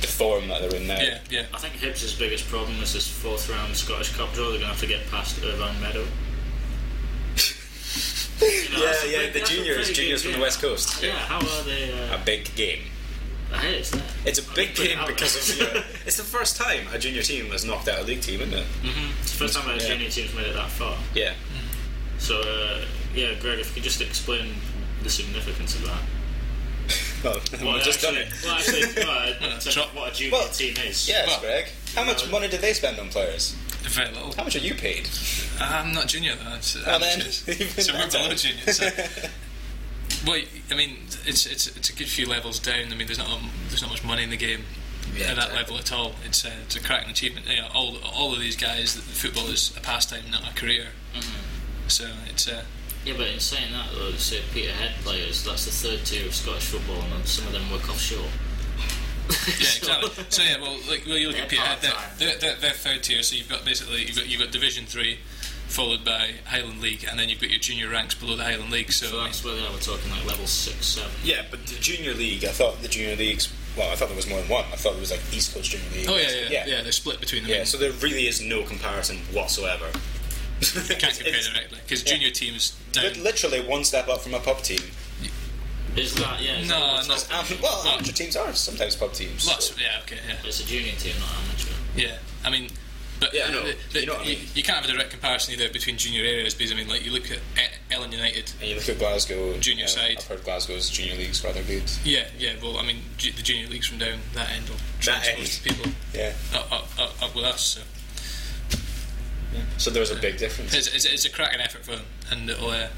[SPEAKER 2] the form that they're in now. [LAUGHS]
[SPEAKER 3] Yeah, yeah.
[SPEAKER 1] I think Hibs' biggest problem is this fourth round Scottish Cup draw. They're going to have to get past Irvine Meadow. You know,
[SPEAKER 2] Yeah,
[SPEAKER 1] that's a
[SPEAKER 2] yeah,
[SPEAKER 1] big-
[SPEAKER 2] the
[SPEAKER 1] that's a
[SPEAKER 2] juniors,
[SPEAKER 1] pretty big
[SPEAKER 2] juniors from the
[SPEAKER 1] game.
[SPEAKER 2] West Coast.
[SPEAKER 1] Yeah, how are they
[SPEAKER 2] A
[SPEAKER 1] uh,
[SPEAKER 2] big game.
[SPEAKER 1] ahead? Is that?
[SPEAKER 2] It's a big
[SPEAKER 1] Put it
[SPEAKER 2] game
[SPEAKER 1] out
[SPEAKER 2] because of
[SPEAKER 1] there.
[SPEAKER 2] you.
[SPEAKER 1] [LAUGHS]
[SPEAKER 2] know, it's the first time a junior team has knocked out a league team, isn't it?
[SPEAKER 1] It's the first time a
[SPEAKER 2] Yeah.
[SPEAKER 1] junior team's made it that far.
[SPEAKER 2] Yeah.
[SPEAKER 1] So, uh, yeah, Greg, if you could just explain the significance of that.
[SPEAKER 2] Well, [LAUGHS]
[SPEAKER 1] Well,
[SPEAKER 2] we've just done
[SPEAKER 1] actually,
[SPEAKER 2] it.
[SPEAKER 1] Well,
[SPEAKER 2] [LAUGHS]
[SPEAKER 1] actually, well, uh, to
[SPEAKER 3] Drop-
[SPEAKER 1] what a junior
[SPEAKER 2] Well,
[SPEAKER 1] team is.
[SPEAKER 2] Yes,
[SPEAKER 3] Well-
[SPEAKER 2] Greg. How much money did they spend on players?
[SPEAKER 3] Very little.
[SPEAKER 2] How much are you paid?
[SPEAKER 3] I'm not junior though. It's,
[SPEAKER 2] Well, then, [LAUGHS] you've been
[SPEAKER 3] so we're
[SPEAKER 2] knocked
[SPEAKER 3] below
[SPEAKER 2] out. [LAUGHS]
[SPEAKER 3] junior. So. well, I mean, it's it's it's a good few levels down. I mean, there's not a, there's not much money in the game
[SPEAKER 2] Yeah,
[SPEAKER 3] at that
[SPEAKER 2] exactly.
[SPEAKER 3] level at all. It's a, it's a cracking achievement. You know, all all of these guys, football is a pastime, not a career.
[SPEAKER 2] Mm-hmm.
[SPEAKER 3] So it's uh, a
[SPEAKER 1] Yeah, but in saying that, though, say Peterhead players, that's the third tier of Scottish football, and some of them work offshore.
[SPEAKER 2] [LAUGHS]
[SPEAKER 1] [LAUGHS]
[SPEAKER 3] yeah, exactly. So yeah, well, like well, you look at
[SPEAKER 1] They're
[SPEAKER 3] Peterhead, they're,
[SPEAKER 1] part-time.
[SPEAKER 3] they're, they're, they're third tier. So you've got basically you've got you've got Division Three, followed by Highland League, and then you've got your junior ranks below the Highland League. So
[SPEAKER 1] So
[SPEAKER 3] I mean,
[SPEAKER 1] that's where they are. We're talking like level six, seven.
[SPEAKER 2] Yeah, but the junior league. I thought the junior leagues. Well, I thought there was more than one. I thought there was like East Coast Junior League.
[SPEAKER 3] oh yeah, yeah, yeah,
[SPEAKER 2] yeah.
[SPEAKER 3] They're split between the
[SPEAKER 2] Yeah, so there really is no comparison whatsoever.
[SPEAKER 3] Can't compare
[SPEAKER 2] [LAUGHS] It's
[SPEAKER 3] directly because junior teams down.
[SPEAKER 2] lit- Literally one step up from a pub team.
[SPEAKER 1] Is that yeah? Is
[SPEAKER 3] No,
[SPEAKER 1] that,
[SPEAKER 3] not
[SPEAKER 2] Um, [LAUGHS] well,
[SPEAKER 3] Well-
[SPEAKER 2] amateur teams are sometimes pub teams.
[SPEAKER 3] lots. Yeah, okay, yeah,
[SPEAKER 1] It's a junior team, not amateur.
[SPEAKER 3] yeah. I mean, but
[SPEAKER 2] Yeah, I know.
[SPEAKER 3] the- the-
[SPEAKER 2] You know what I
[SPEAKER 3] you,
[SPEAKER 2] mean.
[SPEAKER 3] you can't have a direct comparison either between junior areas because I mean, like you look at E- Ellen United.
[SPEAKER 2] And you look at Glasgow.
[SPEAKER 3] Junior
[SPEAKER 2] um,
[SPEAKER 3] side.
[SPEAKER 2] I've heard Glasgow's junior league's rather good.
[SPEAKER 3] Yeah, yeah. Well, I mean, ju- the junior leagues from down that end will
[SPEAKER 2] end.
[SPEAKER 3] transpose people
[SPEAKER 2] Yeah.
[SPEAKER 3] up, up, up, up with us. So.
[SPEAKER 2] So there's a big difference.
[SPEAKER 3] It's, it's, it's a cracking effort for them, and it'll uh,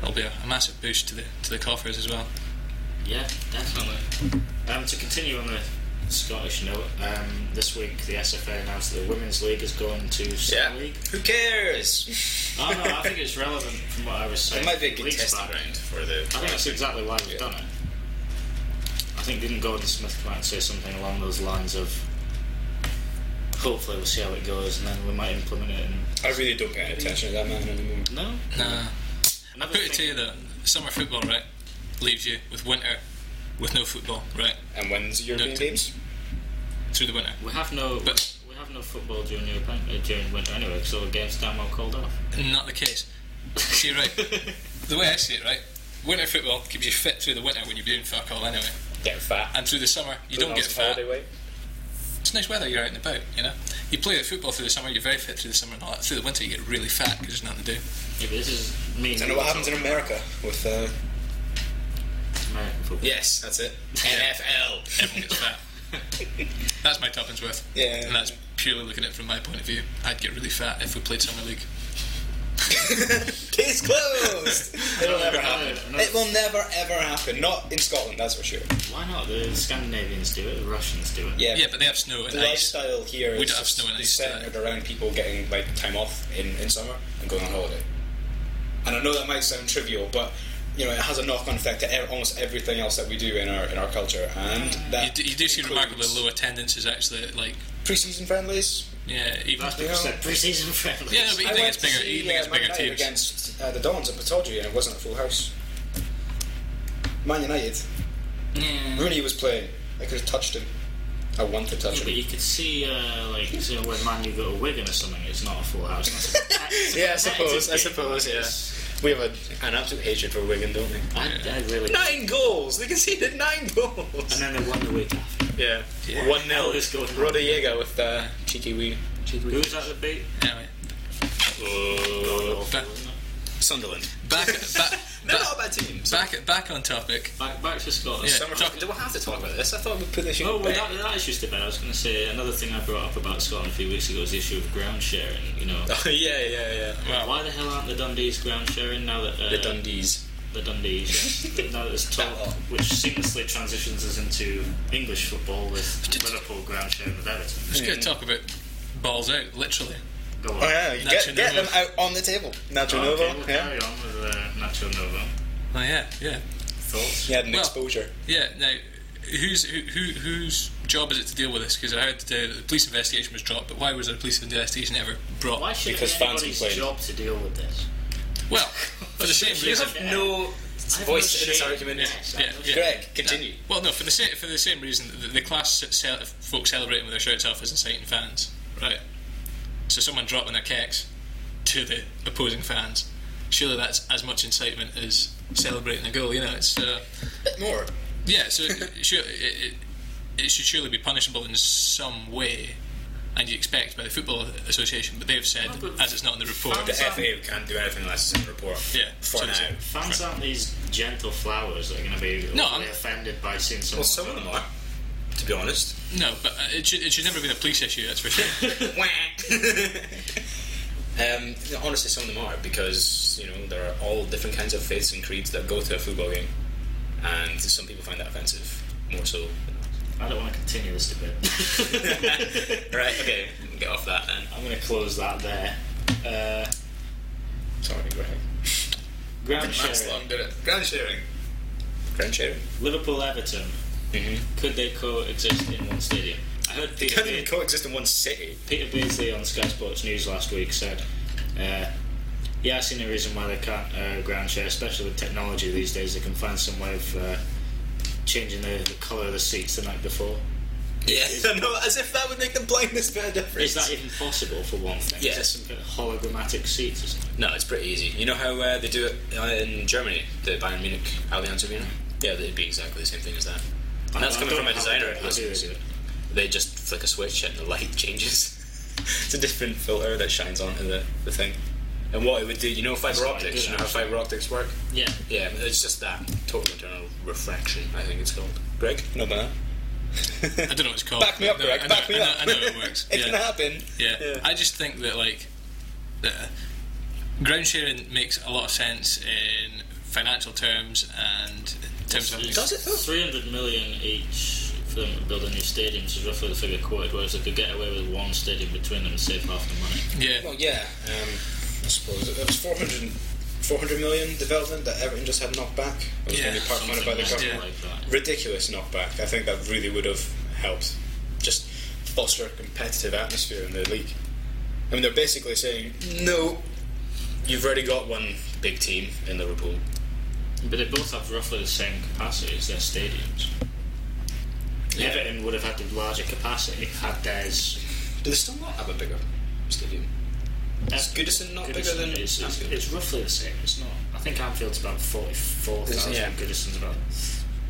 [SPEAKER 3] it'll be a, a massive boost to the to the coffers as well.
[SPEAKER 1] Yeah, definitely. Um, to continue on the Scottish note, um, this week the SFA announced that the women's league has gone to Super League.
[SPEAKER 2] Who cares?
[SPEAKER 1] Oh no, I think it's relevant from what I was saying.
[SPEAKER 2] [LAUGHS] It might be a good
[SPEAKER 1] League's
[SPEAKER 2] testing
[SPEAKER 1] back.
[SPEAKER 2] ground for the.
[SPEAKER 1] I think that's exactly why we've
[SPEAKER 2] Yeah.
[SPEAKER 1] done it. I think didn't Gordon Smith come out and say something along those lines of, "Hopefully we'll see how it goes, and then we might implement it." And
[SPEAKER 2] I really don't pay attention to that man anymore.
[SPEAKER 1] no,
[SPEAKER 3] Nah, I
[SPEAKER 1] Another
[SPEAKER 3] put it to
[SPEAKER 1] thing-
[SPEAKER 3] you though, summer football right leaves you with winter, with no football right
[SPEAKER 2] And when's the European
[SPEAKER 3] No.
[SPEAKER 2] games?
[SPEAKER 3] through the winter.
[SPEAKER 1] We have no,
[SPEAKER 3] But-
[SPEAKER 1] we have no football during Europe, uh, during winter anyway, so the game's damn well called off. [LAUGHS]
[SPEAKER 3] Not the case. See, right, the way I see it, right, winter football keeps you fit through the winter when you're doing fuck all anyway,
[SPEAKER 2] Get fat.
[SPEAKER 3] and through the summer you
[SPEAKER 2] Put
[SPEAKER 3] don't
[SPEAKER 2] on
[SPEAKER 3] get
[SPEAKER 2] some
[SPEAKER 3] fat.
[SPEAKER 2] holiday weight.
[SPEAKER 3] It's nice weather, you're out and about, you know. You play the football through the summer, you're very fit through the summer and all that. Through the winter, you get really fat because there's nothing to do.
[SPEAKER 1] Yeah, but this is me.
[SPEAKER 2] I know what happens in America with. Uh,
[SPEAKER 1] American football.
[SPEAKER 2] yes, that's it. NFL.
[SPEAKER 3] Everyone gets
[SPEAKER 2] [LAUGHS]
[SPEAKER 3] fat. [LAUGHS] That's my toppings worth.
[SPEAKER 2] Yeah.
[SPEAKER 3] And that's purely looking at it from my point of view. I'd get really fat if we played Summer League.
[SPEAKER 2] Case closed.
[SPEAKER 1] It'll never happen.
[SPEAKER 2] It will never ever happen. Not in Scotland, that's for sure.
[SPEAKER 1] Why not? The Scandinavians do it. The Russians do it.
[SPEAKER 2] Yeah.
[SPEAKER 3] Yeah, but they have snow and
[SPEAKER 2] the
[SPEAKER 3] ice.
[SPEAKER 2] lifestyle here
[SPEAKER 3] We
[SPEAKER 2] is
[SPEAKER 3] don't have snow and ice
[SPEAKER 2] centered around people getting like time off in, in summer and going on holiday. And I know that might sound trivial, but you know it has a knock-on effect to e- almost everything else that we do in our in our culture. And that
[SPEAKER 3] You do, you do see
[SPEAKER 2] includes
[SPEAKER 3] remarkably low attendances actually. at, Like
[SPEAKER 2] preseason friendlies.
[SPEAKER 3] yeah, even
[SPEAKER 1] That's because they're pre-season friendly.
[SPEAKER 3] Yeah, no, but you
[SPEAKER 2] I
[SPEAKER 3] think
[SPEAKER 2] went
[SPEAKER 3] it's
[SPEAKER 2] to
[SPEAKER 3] bigger?
[SPEAKER 2] see,
[SPEAKER 3] you think it's
[SPEAKER 2] uh, Man
[SPEAKER 3] bigger
[SPEAKER 2] United
[SPEAKER 3] teams?
[SPEAKER 2] against uh, the Dons at Pataudry, and it wasn't a full house. Man United.
[SPEAKER 3] Yeah.
[SPEAKER 2] Rooney was playing. I could have touched him. I want to touch
[SPEAKER 1] Yeah, [LAUGHS] but
[SPEAKER 2] him.
[SPEAKER 1] you could see, uh, like, so when Man U go to Wigan or something, it's not a full
[SPEAKER 2] [LAUGHS]
[SPEAKER 1] house. That's a competitive
[SPEAKER 2] Yeah, I suppose. I
[SPEAKER 1] game.
[SPEAKER 2] suppose. Yes. We have a, an absolute hatred for Wigan, don't we?
[SPEAKER 1] I, I really.
[SPEAKER 2] Nine goals. They conceded nine
[SPEAKER 1] And
[SPEAKER 2] goals.
[SPEAKER 1] then they won the week after.
[SPEAKER 2] [LAUGHS] Yeah.
[SPEAKER 3] Yeah.
[SPEAKER 2] One nil.
[SPEAKER 1] Hell, this goal.
[SPEAKER 2] Rodallega with uh, cheeky wee.
[SPEAKER 1] Who was that to beat?
[SPEAKER 3] Anyway,
[SPEAKER 2] Oh.
[SPEAKER 3] back
[SPEAKER 2] [LAUGHS] Sunderland.
[SPEAKER 3] back back,
[SPEAKER 2] They're not
[SPEAKER 3] back,
[SPEAKER 2] a bad team. So
[SPEAKER 3] back back on topic.
[SPEAKER 1] Back, back to Scotland.
[SPEAKER 3] Yeah.
[SPEAKER 2] Summer talk. Do we have to talk about this? I thought we'd put this.
[SPEAKER 1] Oh,
[SPEAKER 2] in
[SPEAKER 1] well,
[SPEAKER 2] back.
[SPEAKER 1] that, that is just about. I was going to say another thing I brought up about Scotland a few weeks ago is the issue of ground sharing. You know,
[SPEAKER 2] [LAUGHS] Oh, yeah, yeah, yeah.
[SPEAKER 3] Well,
[SPEAKER 1] why the hell aren't the Dundees ground sharing now that uh,
[SPEAKER 2] The Dundees.
[SPEAKER 1] the [LAUGHS] Dundees, yes. now that there's talk, which seamlessly transitions us into English football with Liverpool ground sharing with Everton.
[SPEAKER 3] just gonna
[SPEAKER 2] Hmm.
[SPEAKER 3] talk about balls out, literally.
[SPEAKER 1] Go on.
[SPEAKER 2] Oh yeah, you get,
[SPEAKER 3] Nacho
[SPEAKER 2] get them
[SPEAKER 3] Novo.
[SPEAKER 2] out on the table. Nacho
[SPEAKER 1] Okay,
[SPEAKER 2] Novo.
[SPEAKER 1] we'll
[SPEAKER 2] yeah.
[SPEAKER 1] carry on with uh, Nacho Novo.
[SPEAKER 3] Oh yeah, yeah,
[SPEAKER 1] Thoughts?
[SPEAKER 2] He had an
[SPEAKER 3] Well-
[SPEAKER 2] exposure.
[SPEAKER 3] yeah. Now, who's who, who whose job is it to deal with this? Because I heard today that the police investigation was dropped, but why was a police investigation ever brought?
[SPEAKER 1] Why should
[SPEAKER 2] Because
[SPEAKER 1] it be
[SPEAKER 2] fans
[SPEAKER 1] anybody's
[SPEAKER 2] complained.
[SPEAKER 1] job to deal with this?
[SPEAKER 3] Well,
[SPEAKER 2] [LAUGHS]
[SPEAKER 3] for the same reason.
[SPEAKER 1] have no
[SPEAKER 2] voice in this argument.
[SPEAKER 1] Yes,
[SPEAKER 3] Yeah, yeah.
[SPEAKER 2] Greg, continue.
[SPEAKER 3] Well, no, for the same for the same reason that the- the class that cel- folk celebrating with their shirts off is inciting fans, right? So someone dropping their keks to the opposing fans. Surely that's as much incitement as celebrating a goal. You know, it's uh,
[SPEAKER 2] bit more.
[SPEAKER 3] yeah. So it, sure, it, it, it should surely be punishable in some way, and you expect by the football association, but they've said
[SPEAKER 1] but
[SPEAKER 3] as it's not in the report.
[SPEAKER 1] fans-
[SPEAKER 2] FA can't do anything unless it's in the report.
[SPEAKER 3] Yeah, so does it.
[SPEAKER 1] Fans aren't these gentle flowers that are going to be
[SPEAKER 3] No,
[SPEAKER 1] overly
[SPEAKER 3] I'm-
[SPEAKER 1] offended by seeing someone.
[SPEAKER 2] Well, some of them are, to be honest. [LAUGHS]
[SPEAKER 3] No, but uh, it should it should never have been a police issue. That's for sure.
[SPEAKER 2] um, no, honestly, some of them are because you know there are all different kinds of faiths and creeds that go to a football game, and some people find that offensive more so.
[SPEAKER 1] I don't want to continue this debate.
[SPEAKER 2] [LAUGHS]
[SPEAKER 1] [LAUGHS]
[SPEAKER 2] Right. Okay. Get off that then.
[SPEAKER 1] I'm going to close that there. Uh,
[SPEAKER 2] Sorry, Greg.
[SPEAKER 1] ground
[SPEAKER 2] That's
[SPEAKER 1] sharing.
[SPEAKER 2] long, did it? Grand sharing. Grand sharing.
[SPEAKER 1] Liverpool Everton.
[SPEAKER 2] Mm-hmm.
[SPEAKER 1] Could they coexist in one stadium? I heard Peter,
[SPEAKER 2] Can't even
[SPEAKER 1] Beard,
[SPEAKER 2] coexist in one city.
[SPEAKER 1] Peter Beardsley on Sky Sports News last week said, uh, "Yeah, I see no reason why they can't uh, ground share, especially with technology these days. They can find some way of uh, changing the, the colour of the seats the night before.
[SPEAKER 2] [LAUGHS] Yeah. no, as if that would make the blindness bit of
[SPEAKER 1] Is
[SPEAKER 2] difference.
[SPEAKER 1] that even possible for one thing?
[SPEAKER 2] Yes.
[SPEAKER 1] Is there some kind of hologrammatic seats or something?
[SPEAKER 2] no, it's pretty easy. You know how uh, they do it uh, in Germany, the Bayern Munich Allianz Arena? Yeah, it'd be exactly the same thing as that. And that's
[SPEAKER 1] I
[SPEAKER 2] coming
[SPEAKER 1] don't
[SPEAKER 2] from
[SPEAKER 1] know
[SPEAKER 2] a
[SPEAKER 1] how
[SPEAKER 2] designer.
[SPEAKER 1] they do it. How do they do it?
[SPEAKER 2] They just flick a switch and the light [LAUGHS] changes. it's a different filter that shines onto the, the thing. And what it would do, you know fiber
[SPEAKER 1] how I do
[SPEAKER 2] optics? You know
[SPEAKER 1] that,
[SPEAKER 2] how fiber optics work?
[SPEAKER 1] Yeah.
[SPEAKER 2] Yeah, it's just that total internal refraction, I think it's called. Greg? No, [LAUGHS] man.
[SPEAKER 3] I don't know what it's called.
[SPEAKER 2] Back me up,
[SPEAKER 3] No,
[SPEAKER 2] Greg.
[SPEAKER 3] I know-
[SPEAKER 2] Back me
[SPEAKER 3] I know-
[SPEAKER 2] up.
[SPEAKER 3] I know it works.
[SPEAKER 2] [LAUGHS] it
[SPEAKER 3] Yeah.
[SPEAKER 2] can happen.
[SPEAKER 3] Yeah. I just think that like uh, ground sharing makes a lot of sense in financial terms and in terms of
[SPEAKER 2] Does it though?
[SPEAKER 1] 300 million each for them to build a new stadium is roughly the figure quoted, whereas they could get away with one stadium between them and save half the money.
[SPEAKER 3] yeah
[SPEAKER 2] Well, yeah, um, I suppose it, it was 400, 400 million development that Everton just had knocked back. It was going to
[SPEAKER 3] Yeah,
[SPEAKER 2] be part funded by the
[SPEAKER 1] Something
[SPEAKER 2] government.
[SPEAKER 1] like that.
[SPEAKER 2] Ridiculous knockback. I think that really would have helped just foster a competitive atmosphere in the league. I mean, they're basically saying, no, you've already got one big team in Liverpool.
[SPEAKER 1] But they both have roughly the same capacity as their stadiums.
[SPEAKER 2] Yeah.
[SPEAKER 1] Everton would have had the larger capacity had theirs.
[SPEAKER 2] Do they still not have a bigger stadium? Is Goodison not bigger
[SPEAKER 1] Goodison
[SPEAKER 2] than
[SPEAKER 1] is, is,
[SPEAKER 2] Anfield?
[SPEAKER 1] It's roughly the same. It's not. I think Anfield's about 44,000.
[SPEAKER 2] Yeah.
[SPEAKER 1] Goodison's about.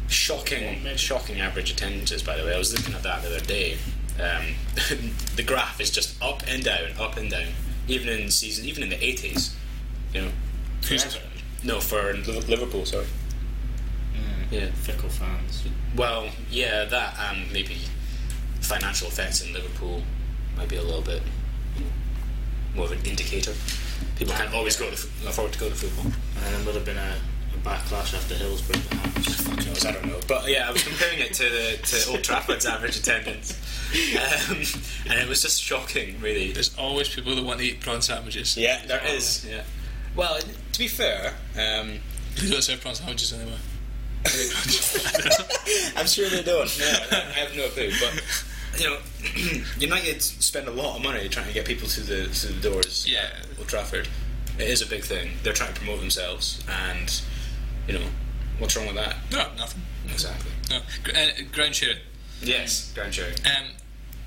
[SPEAKER 2] Shocking,
[SPEAKER 1] Maybe.
[SPEAKER 2] shocking average attendances. By the way, I was looking at that the other day. Um, [LAUGHS] the graph is just up and down, up and down. Even in season, even in the eighties, you know.
[SPEAKER 3] who's,
[SPEAKER 1] Everton.
[SPEAKER 2] No, for Liv- Liverpool, sorry. Yeah.
[SPEAKER 1] Fickle fans.
[SPEAKER 2] Well, yeah, that and maybe financial effects in Liverpool might be a little bit more of an indicator. People can't always go to f- afford to go to football.
[SPEAKER 1] And then Um, would have been a, a backlash after Hillsborough. But
[SPEAKER 2] Fuck knows, I don't know. But yeah, I was comparing it to the to Old Trafford's average attendance, um, and it was just shocking, really.
[SPEAKER 3] There's always people that want to eat prawn sandwiches.
[SPEAKER 2] Yeah, there is. Oh, Yeah. Well, to be fair, um,
[SPEAKER 3] They don't serve prawn sandwiches anymore.
[SPEAKER 2] I'm sure they don't. No, I have no clue. But you know, [CLEARS THROAT] United spend a lot of money trying to get people to the to the doors.
[SPEAKER 3] Yeah.
[SPEAKER 2] at Old Trafford. It is a big thing. They're trying to promote themselves, and you know, what's wrong with that?
[SPEAKER 3] No, nothing.
[SPEAKER 2] Exactly.
[SPEAKER 3] No, Gr- uh, ground sharing.
[SPEAKER 2] Yes, ground sharing.
[SPEAKER 3] Um,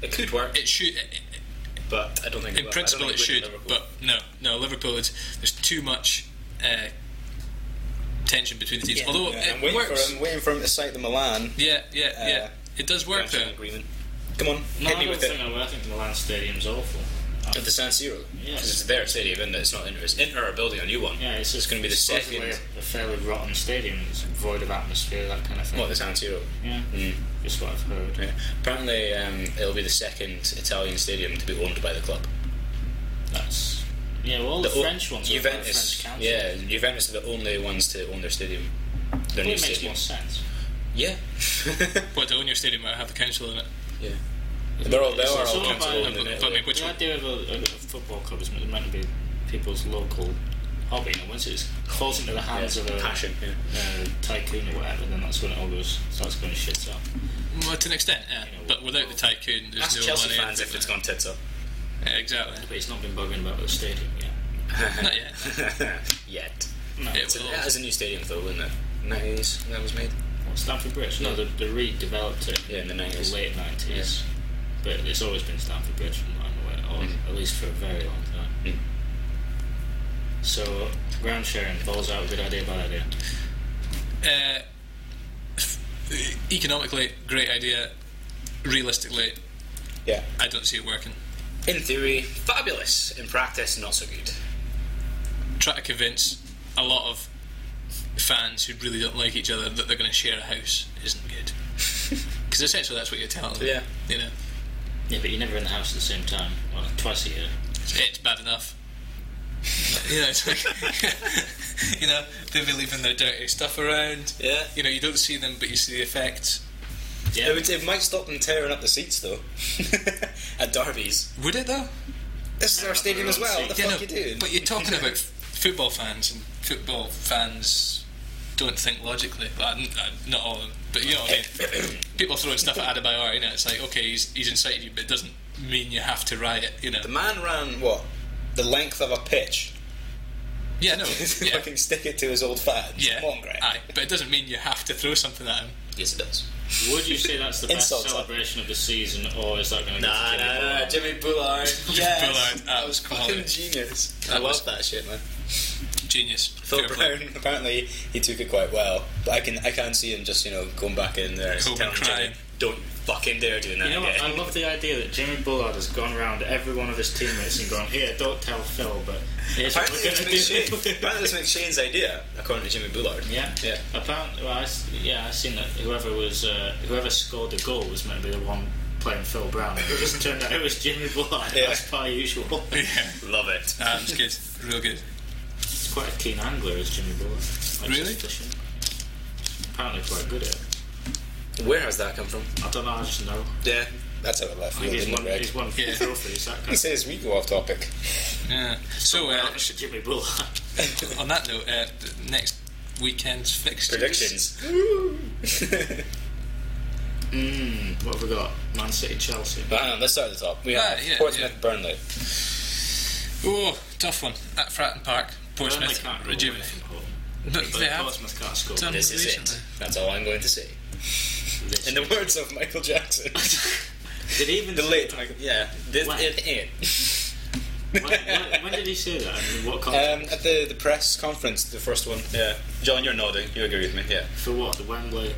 [SPEAKER 2] It could work,
[SPEAKER 3] it should.
[SPEAKER 2] but I don't think.
[SPEAKER 3] in
[SPEAKER 2] will. I don't
[SPEAKER 3] principle,
[SPEAKER 2] think
[SPEAKER 3] it
[SPEAKER 2] will
[SPEAKER 3] should,
[SPEAKER 2] in Liverpool.
[SPEAKER 3] but no, no. Liverpool, it's, there's too much uh, tension between the teams. Although
[SPEAKER 2] Yeah, I'm
[SPEAKER 3] it
[SPEAKER 2] waiting
[SPEAKER 3] works.
[SPEAKER 2] for him. Waiting for him to cite the Milan.
[SPEAKER 3] Yeah, yeah, yeah.
[SPEAKER 2] Uh,
[SPEAKER 3] It does work
[SPEAKER 2] Grantian
[SPEAKER 3] though.
[SPEAKER 2] agreement. Come on,
[SPEAKER 1] no,
[SPEAKER 2] hit
[SPEAKER 1] I
[SPEAKER 2] me
[SPEAKER 1] don't
[SPEAKER 2] with
[SPEAKER 1] think
[SPEAKER 2] it.
[SPEAKER 1] I will. I think Milan Stadium's awful.
[SPEAKER 2] At the San Siro,
[SPEAKER 1] Yeah.
[SPEAKER 2] because it's their stadium, isn't it? It's not Inter's. Inter are building a new one.
[SPEAKER 1] Yeah, it's just
[SPEAKER 2] gonna be the
[SPEAKER 1] supposedly
[SPEAKER 2] second-
[SPEAKER 1] A, a fairly rotten stadium. It's void of atmosphere, that kind of thing.
[SPEAKER 2] What the San Siro?
[SPEAKER 1] Yeah,
[SPEAKER 2] Mm.
[SPEAKER 1] just what I've heard.
[SPEAKER 2] Yeah. Apparently, um, it'll be the second Italian stadium to be owned by the club.
[SPEAKER 1] That's yeah. Well, all the,
[SPEAKER 2] o-
[SPEAKER 1] French ones are by the French
[SPEAKER 2] Juventus.
[SPEAKER 1] council.
[SPEAKER 2] yeah, Juventus are the only ones to own their stadium. Their
[SPEAKER 1] Well,
[SPEAKER 2] new
[SPEAKER 1] it makes
[SPEAKER 2] stadium.
[SPEAKER 1] more sense.
[SPEAKER 2] Yeah. [LAUGHS]
[SPEAKER 3] What to own your stadium might have the council in it.
[SPEAKER 2] yeah. They're all, they
[SPEAKER 1] It's
[SPEAKER 2] are all
[SPEAKER 1] also
[SPEAKER 2] council
[SPEAKER 1] by-
[SPEAKER 2] owned in
[SPEAKER 3] but-
[SPEAKER 2] Italy.
[SPEAKER 3] but I mean, which
[SPEAKER 1] the
[SPEAKER 3] one?
[SPEAKER 1] idea of a, a, a football club is meant to be people's local hobby, and once it's falls into the
[SPEAKER 2] Yeah,
[SPEAKER 1] hands of a
[SPEAKER 2] passion. Yeah.
[SPEAKER 1] uh, tycoon or whatever, then that's when it all goes starts going shit up.
[SPEAKER 3] Well, to an extent, yeah.
[SPEAKER 1] You know,
[SPEAKER 3] But without the tycoon, there's
[SPEAKER 2] Ask
[SPEAKER 3] no
[SPEAKER 2] Chelsea
[SPEAKER 3] money.
[SPEAKER 2] fans if it's gone tits up.
[SPEAKER 3] Yeah, exactly.
[SPEAKER 1] But it's not been bugging about the stadium yet.
[SPEAKER 3] Not yet.
[SPEAKER 2] [LAUGHS] Yet.
[SPEAKER 1] No,
[SPEAKER 3] It
[SPEAKER 1] it's
[SPEAKER 2] So
[SPEAKER 3] will.
[SPEAKER 2] that is a new stadium though, isn't it? Nineties that was made.
[SPEAKER 1] what, Stamford Bridge. No, they, they redeveloped it
[SPEAKER 2] Yeah, in the
[SPEAKER 1] in
[SPEAKER 2] 90s.
[SPEAKER 1] the late nineties, but it's always been Stamford Bridge from what I'm aware, or
[SPEAKER 2] Mm.
[SPEAKER 1] at least for a very long time.
[SPEAKER 2] Hmm.
[SPEAKER 1] So ground sharing falls out. Good idea, bad idea.
[SPEAKER 3] Uh, economically, great idea. Realistically,
[SPEAKER 2] Yeah.
[SPEAKER 3] I don't see it working.
[SPEAKER 2] In theory, fabulous. In practice, not so good.
[SPEAKER 3] Try to convince a lot of fans who really don't like each other that they're going to share a house isn't
[SPEAKER 2] [LAUGHS]
[SPEAKER 3] good. Because essentially, that's what you're telling them.
[SPEAKER 2] Yeah.
[SPEAKER 3] You know,
[SPEAKER 1] Yeah, but you're never in the house at the same time. Well, twice a year.
[SPEAKER 3] it's, it's bad enough. you know, it's like [LAUGHS] you know they'll be leaving their dirty stuff around.
[SPEAKER 2] Yeah.
[SPEAKER 3] You know, you don't see them, but you see the effects.
[SPEAKER 1] Yeah,
[SPEAKER 2] It, would, it might stop them tearing up the seats though. [LAUGHS] At Derby's.
[SPEAKER 3] Would it though?
[SPEAKER 2] This is our stadium as well. What the
[SPEAKER 3] Yeah,
[SPEAKER 2] fuck
[SPEAKER 3] no,
[SPEAKER 2] you doing?
[SPEAKER 3] But you're talking about [LAUGHS] f- football fans, and football fans don't think logically. Well, n- uh, not all of them, but you know what I
[SPEAKER 2] [COUGHS]
[SPEAKER 3] mean. People throwing stuff at Adebayor, you know, it's like, okay, he's, he's incited you, but it doesn't mean you have to riot, you know.
[SPEAKER 2] The man ran what? The length of a pitch [LAUGHS]
[SPEAKER 3] Yeah, no.
[SPEAKER 2] to
[SPEAKER 3] Yeah.
[SPEAKER 2] fucking stick it to his old fans.
[SPEAKER 3] yeah.
[SPEAKER 2] Come on, Greg.
[SPEAKER 3] Aye, but it doesn't mean you have to throw something at him.
[SPEAKER 2] Yes, it does.
[SPEAKER 1] Would you say that's the best
[SPEAKER 2] Insult.
[SPEAKER 1] celebration of the season, or is that going to
[SPEAKER 2] Nah,
[SPEAKER 1] be
[SPEAKER 2] nah, nah, nah, [LAUGHS] Jimmy Bullard.
[SPEAKER 3] Bullard, that was
[SPEAKER 2] fucking
[SPEAKER 3] quality.
[SPEAKER 2] genius. I
[SPEAKER 3] That was-
[SPEAKER 2] love that shit, man.
[SPEAKER 3] Genius.
[SPEAKER 2] Phil
[SPEAKER 3] Fair play.
[SPEAKER 2] Brown [LAUGHS] apparently he took it quite well, but I can I can see him just you know going back in there and
[SPEAKER 3] Home
[SPEAKER 2] telling
[SPEAKER 3] and crying.
[SPEAKER 2] Jimmy, don't you fucking dare doing that
[SPEAKER 1] You know what? I
[SPEAKER 2] [LAUGHS] again.
[SPEAKER 1] love the idea that Jimmy Bullard has gone around every one of his teammates and gone, "Here, don't tell Phil, but here's what
[SPEAKER 2] Apparently
[SPEAKER 1] we're going
[SPEAKER 2] it's
[SPEAKER 1] to do."
[SPEAKER 2] McShane. apparently it's McShane's idea, according to Jimmy Bullard.
[SPEAKER 1] [LAUGHS] Yeah,
[SPEAKER 2] Yeah.
[SPEAKER 1] Apparently, well, I s yeah, I seen that whoever was uh, whoever scored the goal was meant to be the one playing Phil Brown. It just turned out it was Jimmy Bullard,
[SPEAKER 2] [LAUGHS] Yeah.
[SPEAKER 1] as per usual.
[SPEAKER 3] [LAUGHS] Yeah.
[SPEAKER 2] Love it.
[SPEAKER 3] Nah, it was good. Real good.
[SPEAKER 1] He's quite a keen angler, is Jimmy Bullard. Like
[SPEAKER 3] Really?
[SPEAKER 1] just fishing. Apparently, quite good at it.
[SPEAKER 2] Where has that come from?
[SPEAKER 1] I don't know. I just know.
[SPEAKER 2] Yeah, that's how it left
[SPEAKER 1] I think
[SPEAKER 2] field,
[SPEAKER 1] he's
[SPEAKER 2] isn't it,
[SPEAKER 1] won.
[SPEAKER 2] Greg?
[SPEAKER 1] He's won
[SPEAKER 3] Yeah.
[SPEAKER 1] trophies. That kind [LAUGHS]
[SPEAKER 2] He says we go off topic.
[SPEAKER 3] Yeah. So, uh,
[SPEAKER 1] of Jimmy [LAUGHS] Bullard.
[SPEAKER 3] on that note, uh, the next weekend's fixtures.
[SPEAKER 2] Predictions.
[SPEAKER 1] Mm, what have we got? Man City, Chelsea.
[SPEAKER 2] But hang on, let's start at the top. We
[SPEAKER 3] Ah,
[SPEAKER 2] have
[SPEAKER 3] yeah,
[SPEAKER 2] Portsmouth
[SPEAKER 3] yeah.
[SPEAKER 2] Burnley.
[SPEAKER 3] Oh, tough one. At Fratton Park,
[SPEAKER 1] Burnley
[SPEAKER 3] Portsmouth,
[SPEAKER 1] can't go away
[SPEAKER 3] Rejuvenate.
[SPEAKER 1] from home.
[SPEAKER 3] No,
[SPEAKER 1] But
[SPEAKER 3] they have.
[SPEAKER 1] Portsmouth can't score.
[SPEAKER 3] Done.
[SPEAKER 2] This is it.
[SPEAKER 3] Recently.
[SPEAKER 2] That's all I'm going to say. In the words of
[SPEAKER 1] [LAUGHS]
[SPEAKER 2] Michael Jackson,
[SPEAKER 1] Did he even
[SPEAKER 2] the
[SPEAKER 1] say
[SPEAKER 2] late
[SPEAKER 1] that?
[SPEAKER 2] Michael. Yeah, this
[SPEAKER 1] Wow.
[SPEAKER 2] is it.
[SPEAKER 1] When,
[SPEAKER 3] [LAUGHS]
[SPEAKER 1] when, when did he say that? And in what context?
[SPEAKER 2] Um, at the, the press conference, the first one. Yeah, John, you're nodding. You agree with me? Yeah.
[SPEAKER 1] For what? The Wembley.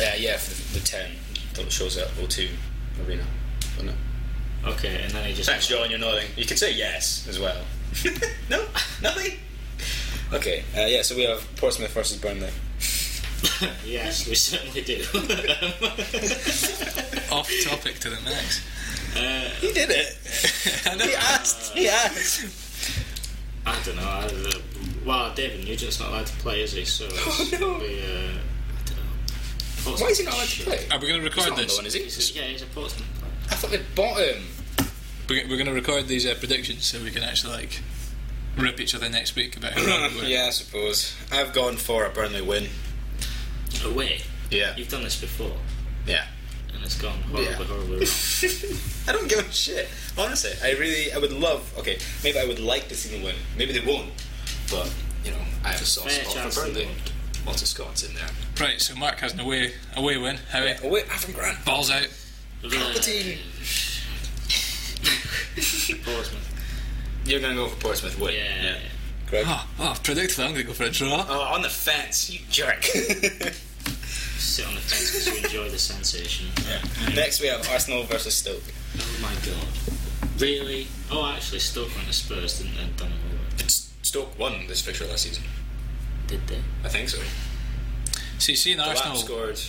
[SPEAKER 2] Yeah, Uh, yeah. For the, the ten that shows up O2 Arena. Wasn't it?
[SPEAKER 1] Okay, and then he just.
[SPEAKER 2] Thanks, John. You're nodding. You can say yes as [LAUGHS] well. no, nothing. Okay. Uh, yeah. So we have Portsmouth versus Burnley.
[SPEAKER 1] yes, we certainly [LAUGHS] do.
[SPEAKER 3] Off topic to the
[SPEAKER 2] [LAUGHS]
[SPEAKER 3] max.
[SPEAKER 1] uh,
[SPEAKER 2] He did it.
[SPEAKER 3] I know.
[SPEAKER 2] He asked. He asked.
[SPEAKER 1] I don't know. I, uh, well, David Nugent's not allowed to play, is he?
[SPEAKER 2] [LAUGHS]
[SPEAKER 1] So it's
[SPEAKER 2] Oh, no.
[SPEAKER 1] gonna be, uh, I don't know. Portsmouth
[SPEAKER 2] Why is he not allowed to
[SPEAKER 1] shit.
[SPEAKER 2] play?
[SPEAKER 3] Are we going to
[SPEAKER 2] He's not
[SPEAKER 3] record
[SPEAKER 2] on the
[SPEAKER 3] this?
[SPEAKER 2] one, is he?
[SPEAKER 1] He's a- Yeah, he's a Portsmouth player.
[SPEAKER 2] I thought they bought him.
[SPEAKER 3] We're, we're going to record these uh, predictions so we can actually like rip each other next week about how wrong we
[SPEAKER 2] [LAUGHS] [CLEARS THROAT]
[SPEAKER 3] were.
[SPEAKER 2] yeah, I suppose. I've gone for a Burnley win.
[SPEAKER 1] Away.
[SPEAKER 2] Yeah.
[SPEAKER 1] You've done this before,
[SPEAKER 2] Yeah.
[SPEAKER 1] and it's gone horribly,
[SPEAKER 2] Yeah.
[SPEAKER 1] horribly wrong.
[SPEAKER 2] [LAUGHS] I don't give a shit. Honestly, I really, I would love. Okay, maybe I would like to see them win. Maybe they won't. But you know, I have a soft
[SPEAKER 1] Fair
[SPEAKER 2] spot
[SPEAKER 1] chance
[SPEAKER 2] for
[SPEAKER 1] they
[SPEAKER 2] Burnley.
[SPEAKER 1] won't.
[SPEAKER 2] Lots of Scots in there.
[SPEAKER 3] Right. So Mark has an away away win. Howie,
[SPEAKER 2] Oh wait, I'm from Grant.
[SPEAKER 3] balls out.
[SPEAKER 2] [LAUGHS] Palpatine.
[SPEAKER 1] [LAUGHS]
[SPEAKER 2] [LAUGHS]
[SPEAKER 1] Portsmouth.
[SPEAKER 2] You're gonna go for Portsmouth, win.
[SPEAKER 1] Yeah.
[SPEAKER 2] Greg.
[SPEAKER 3] Oh, oh I've predicted. I'm going to go for a draw.
[SPEAKER 2] Oh, on the fence, you [LAUGHS] jerk.
[SPEAKER 1] Sit on the fence because you enjoy the sensation.
[SPEAKER 2] Next we have Arsenal versus Stoke.
[SPEAKER 1] Oh my god. Really? Oh, actually, Stoke went to Spurs, didn't they? Done them over.
[SPEAKER 2] It's Stoke won this fixture last season.
[SPEAKER 1] Did they?
[SPEAKER 2] I think so. Oh.
[SPEAKER 3] See, seeing
[SPEAKER 2] Arsenal
[SPEAKER 3] Arsenal.
[SPEAKER 2] scored.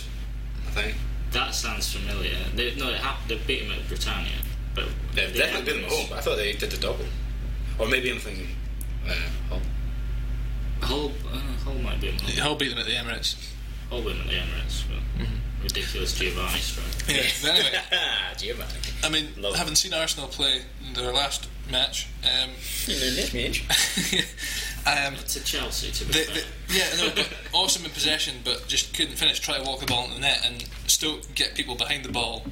[SPEAKER 2] I think.
[SPEAKER 1] That sounds familiar. They, no, they, hap- they beat them at Britannia. But
[SPEAKER 2] They've
[SPEAKER 1] they
[SPEAKER 2] definitely been at home, but I thought they did the double. Or maybe I'm thinking. Uh, Hull. [LAUGHS]
[SPEAKER 1] Hull, uh, Hull might be at home.
[SPEAKER 3] Hull beat them at
[SPEAKER 2] [LAUGHS]
[SPEAKER 3] the Emirates.
[SPEAKER 1] Hull win at the Emirates, but
[SPEAKER 2] Mm-hmm.
[SPEAKER 1] ridiculous Giovanni strike.
[SPEAKER 3] Yeah. but anyway,
[SPEAKER 2] Giovanni.
[SPEAKER 3] I mean,
[SPEAKER 2] Love it.
[SPEAKER 3] having seen Arsenal play in their last match, um, [LAUGHS] um,
[SPEAKER 1] To Chelsea, to be
[SPEAKER 3] they,
[SPEAKER 1] fair.
[SPEAKER 3] they, yeah, no, but awesome in possession, but just couldn't finish. Try to walk the ball into the net and still get people behind the ball,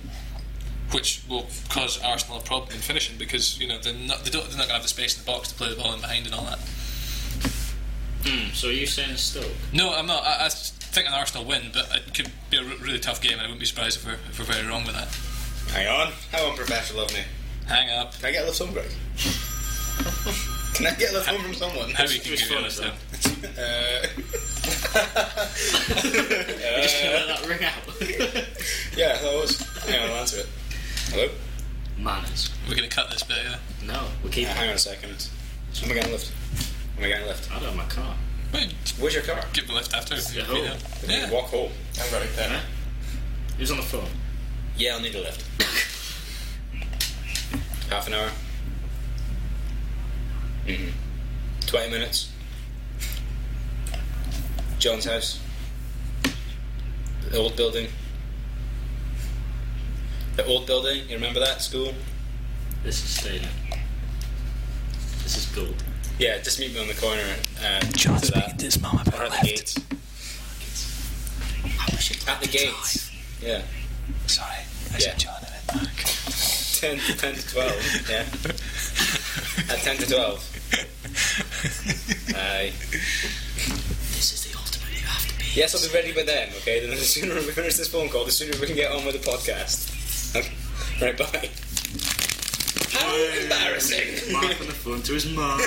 [SPEAKER 3] which will cause Arsenal a problem in finishing because you know they're not they don't, they're not going to have the space in the box to play the ball in behind and all that.
[SPEAKER 1] Hmm, so are you saying Stoke? [LAUGHS]
[SPEAKER 3] No, I'm not. I, I think an Arsenal win, but it could be a r- really tough game. and I wouldn't be surprised if we're, if we're very wrong with that.
[SPEAKER 2] Hang on. How unprofessional of me.
[SPEAKER 3] Hang up.
[SPEAKER 2] Can I get a lift home, Greg? [LAUGHS] Can I get a lift home from someone?
[SPEAKER 3] [LAUGHS] How we can
[SPEAKER 1] Just
[SPEAKER 3] give you
[SPEAKER 1] fun,
[SPEAKER 3] this
[SPEAKER 1] though.
[SPEAKER 3] though.
[SPEAKER 2] Uh,
[SPEAKER 1] You're just gonna let that ring out. [LAUGHS]
[SPEAKER 2] yeah, I thought it was. Hang on, I'll answer it. Hello?
[SPEAKER 1] Manners.
[SPEAKER 3] We're going to cut this bit, yeah.
[SPEAKER 1] No, we keep.
[SPEAKER 2] Yeah, Uh, hang on a second. Am I getting a lift? Am I getting a lift?
[SPEAKER 1] I don't have my car.
[SPEAKER 3] Wait,
[SPEAKER 2] Where's your car?
[SPEAKER 3] give the lift after. if you
[SPEAKER 1] Yeah.
[SPEAKER 3] beat them.
[SPEAKER 2] Did you
[SPEAKER 3] Yeah.
[SPEAKER 2] Walk home. I've got it
[SPEAKER 1] Huh? Who's on the phone?
[SPEAKER 2] Yeah, I'll need a [LAUGHS] lift. Half an hour. hmm 20 minutes. John's house. The old building. The old building, you remember that school?
[SPEAKER 1] This is staying. in. This is gold.
[SPEAKER 2] Yeah, just meet me on the corner. Uh,
[SPEAKER 3] John's
[SPEAKER 2] to that.
[SPEAKER 3] beat this mum about
[SPEAKER 2] Or at
[SPEAKER 3] left.
[SPEAKER 2] the gates. At the gates. Yeah. [LAUGHS]
[SPEAKER 3] Sorry, I
[SPEAKER 2] said Yeah.
[SPEAKER 3] John and then Mark.
[SPEAKER 2] 10 to 10 to 12. Yeah.
[SPEAKER 3] [LAUGHS]
[SPEAKER 2] At 10 to 12. Aye.
[SPEAKER 1] This is the ultimate you have to be.
[SPEAKER 2] Yes, I'll be ready by then, okay? Then the sooner we finish this phone call, the sooner we can get on with the podcast. Okay. Right, bye. How embarrassing!
[SPEAKER 1] [LAUGHS] Mark on the phone to his mum.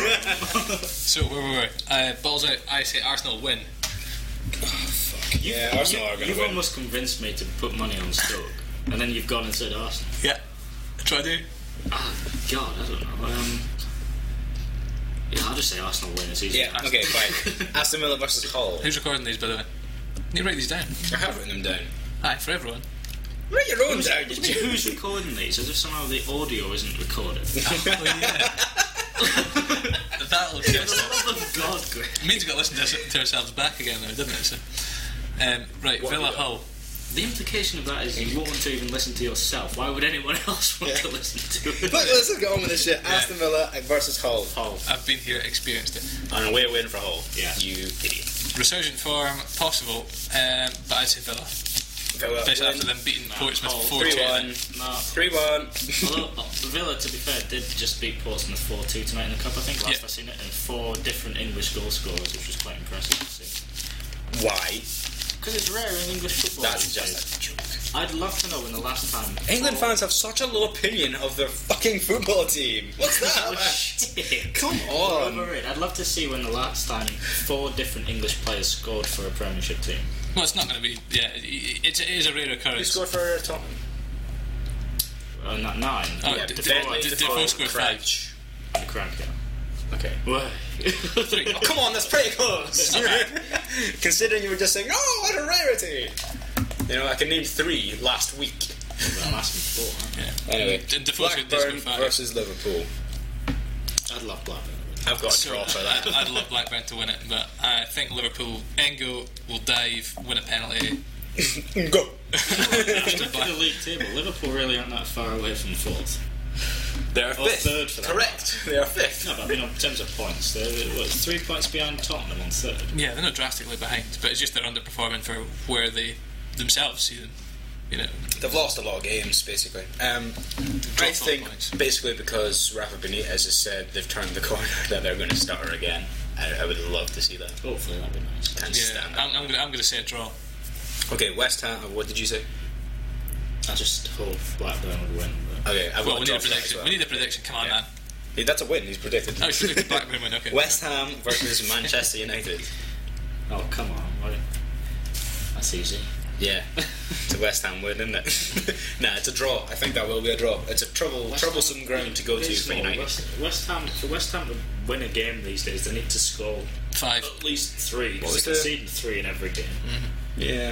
[SPEAKER 3] So where were we? Uh, balls out. I say Arsenal win.
[SPEAKER 2] [LAUGHS] Yeah, Arsenal are going
[SPEAKER 1] You've
[SPEAKER 2] to win.
[SPEAKER 1] almost convinced me to put money on Stoke, and then you've gone and said Arsenal.
[SPEAKER 3] Yeah. Try to.
[SPEAKER 1] Ah, God, I don't know. Um, yeah, I'll just say Arsenal win. It's easy.
[SPEAKER 2] Yeah,
[SPEAKER 1] [LAUGHS]
[SPEAKER 2] okay, fine. Aston Villa versus Hull.
[SPEAKER 3] Who's recording these, by the way? You write these down.
[SPEAKER 2] I have written them down.
[SPEAKER 3] Hi for everyone.
[SPEAKER 2] Write your own
[SPEAKER 1] Who's,
[SPEAKER 2] down,
[SPEAKER 1] who's-
[SPEAKER 2] you
[SPEAKER 1] who's recording these? As if somehow the audio isn't recorded.
[SPEAKER 2] [LAUGHS]
[SPEAKER 3] Oh yeah. [LAUGHS] That'll
[SPEAKER 1] For the
[SPEAKER 3] just
[SPEAKER 1] love of Oh God, Greg.
[SPEAKER 3] means we got to listen to, us- to ourselves back again, though, doesn't it? So, um, right,
[SPEAKER 2] What
[SPEAKER 3] Villa
[SPEAKER 2] we got?
[SPEAKER 3] Hull.
[SPEAKER 1] The implication of that is you won't want to even listen to yourself. Why would anyone [LAUGHS] else want
[SPEAKER 2] Yeah.
[SPEAKER 1] to listen to it?
[SPEAKER 2] [LAUGHS] But let's just get on with this shit. Aston Villa versus Hull.
[SPEAKER 1] Paul.
[SPEAKER 3] I've been here, experienced it.
[SPEAKER 2] On a way win for Hull.
[SPEAKER 1] Yeah.
[SPEAKER 2] You idiot.
[SPEAKER 3] Resurgent form, possible, um, but I'd say Villa.
[SPEAKER 2] Villa
[SPEAKER 3] Especially
[SPEAKER 2] win.
[SPEAKER 3] after them beating Portsmouth
[SPEAKER 1] Hull.
[SPEAKER 3] 4 2.
[SPEAKER 2] 3-1.
[SPEAKER 1] No.
[SPEAKER 2] 3-1.
[SPEAKER 1] Although uh, Villa, to be fair, did just beat Portsmouth 4 2 tonight in the Cup, I think, last
[SPEAKER 3] Yeah.
[SPEAKER 1] I seen it, and four different English goal scorers, which was quite impressive to see.
[SPEAKER 2] Why?
[SPEAKER 1] Because it's rare in English football.
[SPEAKER 2] That's
[SPEAKER 1] these days.
[SPEAKER 2] just a joke.
[SPEAKER 1] I'd love to know when the last time.
[SPEAKER 2] England fans have such a low opinion of their fucking football team. What's [LAUGHS]
[SPEAKER 1] [LAUGHS] Oh,
[SPEAKER 2] that?
[SPEAKER 1] shit.
[SPEAKER 2] Come on.
[SPEAKER 1] Over it. I'd love to see when the last time four different English players scored for a Premiership team.
[SPEAKER 3] Well, it's not going to be. Yeah, it, it, it is a rare occurrence.
[SPEAKER 2] for Tottenham?
[SPEAKER 1] Uh, not nine.
[SPEAKER 3] Oh,
[SPEAKER 2] Yeah,
[SPEAKER 3] d-
[SPEAKER 2] but
[SPEAKER 3] d-
[SPEAKER 2] Bentley,
[SPEAKER 3] d- d-
[SPEAKER 2] Defoe,
[SPEAKER 3] Defoe scored five.
[SPEAKER 2] Crouch.
[SPEAKER 1] Crank
[SPEAKER 2] Okay.
[SPEAKER 1] [LAUGHS] out.
[SPEAKER 3] Three.
[SPEAKER 2] Oh, come on, that's pretty [LAUGHS] close. Considering you were just saying, oh, what a rarity. You know, I can name three last week.
[SPEAKER 1] Well, last and four.
[SPEAKER 3] Yeah.
[SPEAKER 2] Anyway,
[SPEAKER 3] D- Defoe's got- Defoe's
[SPEAKER 2] Blackburn
[SPEAKER 3] got five.
[SPEAKER 2] versus Liverpool.
[SPEAKER 1] I'd love Blackburn.
[SPEAKER 2] I've got a draw for that.
[SPEAKER 3] I'd, I'd love Blackburn to win it, but I think Liverpool. Engo will dive, win a penalty.
[SPEAKER 2] [LAUGHS] Go.
[SPEAKER 1] If you look at the league table, Liverpool really aren't that far away from fourth.
[SPEAKER 2] They are
[SPEAKER 1] Or
[SPEAKER 2] fifth.
[SPEAKER 1] third for that
[SPEAKER 2] Correct. They are fifth.
[SPEAKER 1] No, but I mean, in terms of points, they're what, three points behind Tottenham on third.
[SPEAKER 3] Yeah, they're not drastically behind, but it's just they're underperforming for where they themselves see them. You know,
[SPEAKER 2] They've lost a lot of games, basically. Um, I
[SPEAKER 3] dropped all
[SPEAKER 2] think
[SPEAKER 3] points.
[SPEAKER 2] basically because Rafa Benitez has said they've turned the [LAUGHS] corner that they're going to stutter again. I, I would love to see that.
[SPEAKER 1] Hopefully, that'd be nice.
[SPEAKER 2] Can't
[SPEAKER 3] Yeah,
[SPEAKER 2] stand
[SPEAKER 3] I'm, I'm gonna I'm gonna say a draw.
[SPEAKER 2] it. Okay, West Ham. uh, What did you say?
[SPEAKER 1] I just hope Blackburn would win. But
[SPEAKER 2] Okay, I've got a
[SPEAKER 3] Well, we need
[SPEAKER 2] draw
[SPEAKER 3] a
[SPEAKER 2] for that as
[SPEAKER 3] prediction.
[SPEAKER 2] well.
[SPEAKER 3] We need a prediction. Come on,
[SPEAKER 2] Yeah.
[SPEAKER 3] man.
[SPEAKER 2] Yeah, that's a win. He's predicted.
[SPEAKER 3] No, it's really
[SPEAKER 2] [LAUGHS]
[SPEAKER 3] Blackburn win. Okay.
[SPEAKER 2] West Ham versus Manchester United.
[SPEAKER 1] oh come on, right? That's easy.
[SPEAKER 3] [LAUGHS]
[SPEAKER 2] Yeah, it's a West Ham win, isn't it? [LAUGHS] nah, it's a draw. I think that will be a draw. It's a trouble,
[SPEAKER 1] West
[SPEAKER 2] troublesome
[SPEAKER 1] Ham-
[SPEAKER 2] ground to go
[SPEAKER 1] it
[SPEAKER 2] to
[SPEAKER 1] is
[SPEAKER 2] for
[SPEAKER 1] small.
[SPEAKER 2] United.
[SPEAKER 1] West, West Ham for West Ham to win a game these days, they need to score
[SPEAKER 3] Five.
[SPEAKER 1] at least three.
[SPEAKER 2] What
[SPEAKER 1] Because
[SPEAKER 2] was Hmm.
[SPEAKER 1] they
[SPEAKER 2] the-
[SPEAKER 1] conceded three in every game.
[SPEAKER 2] Yeah.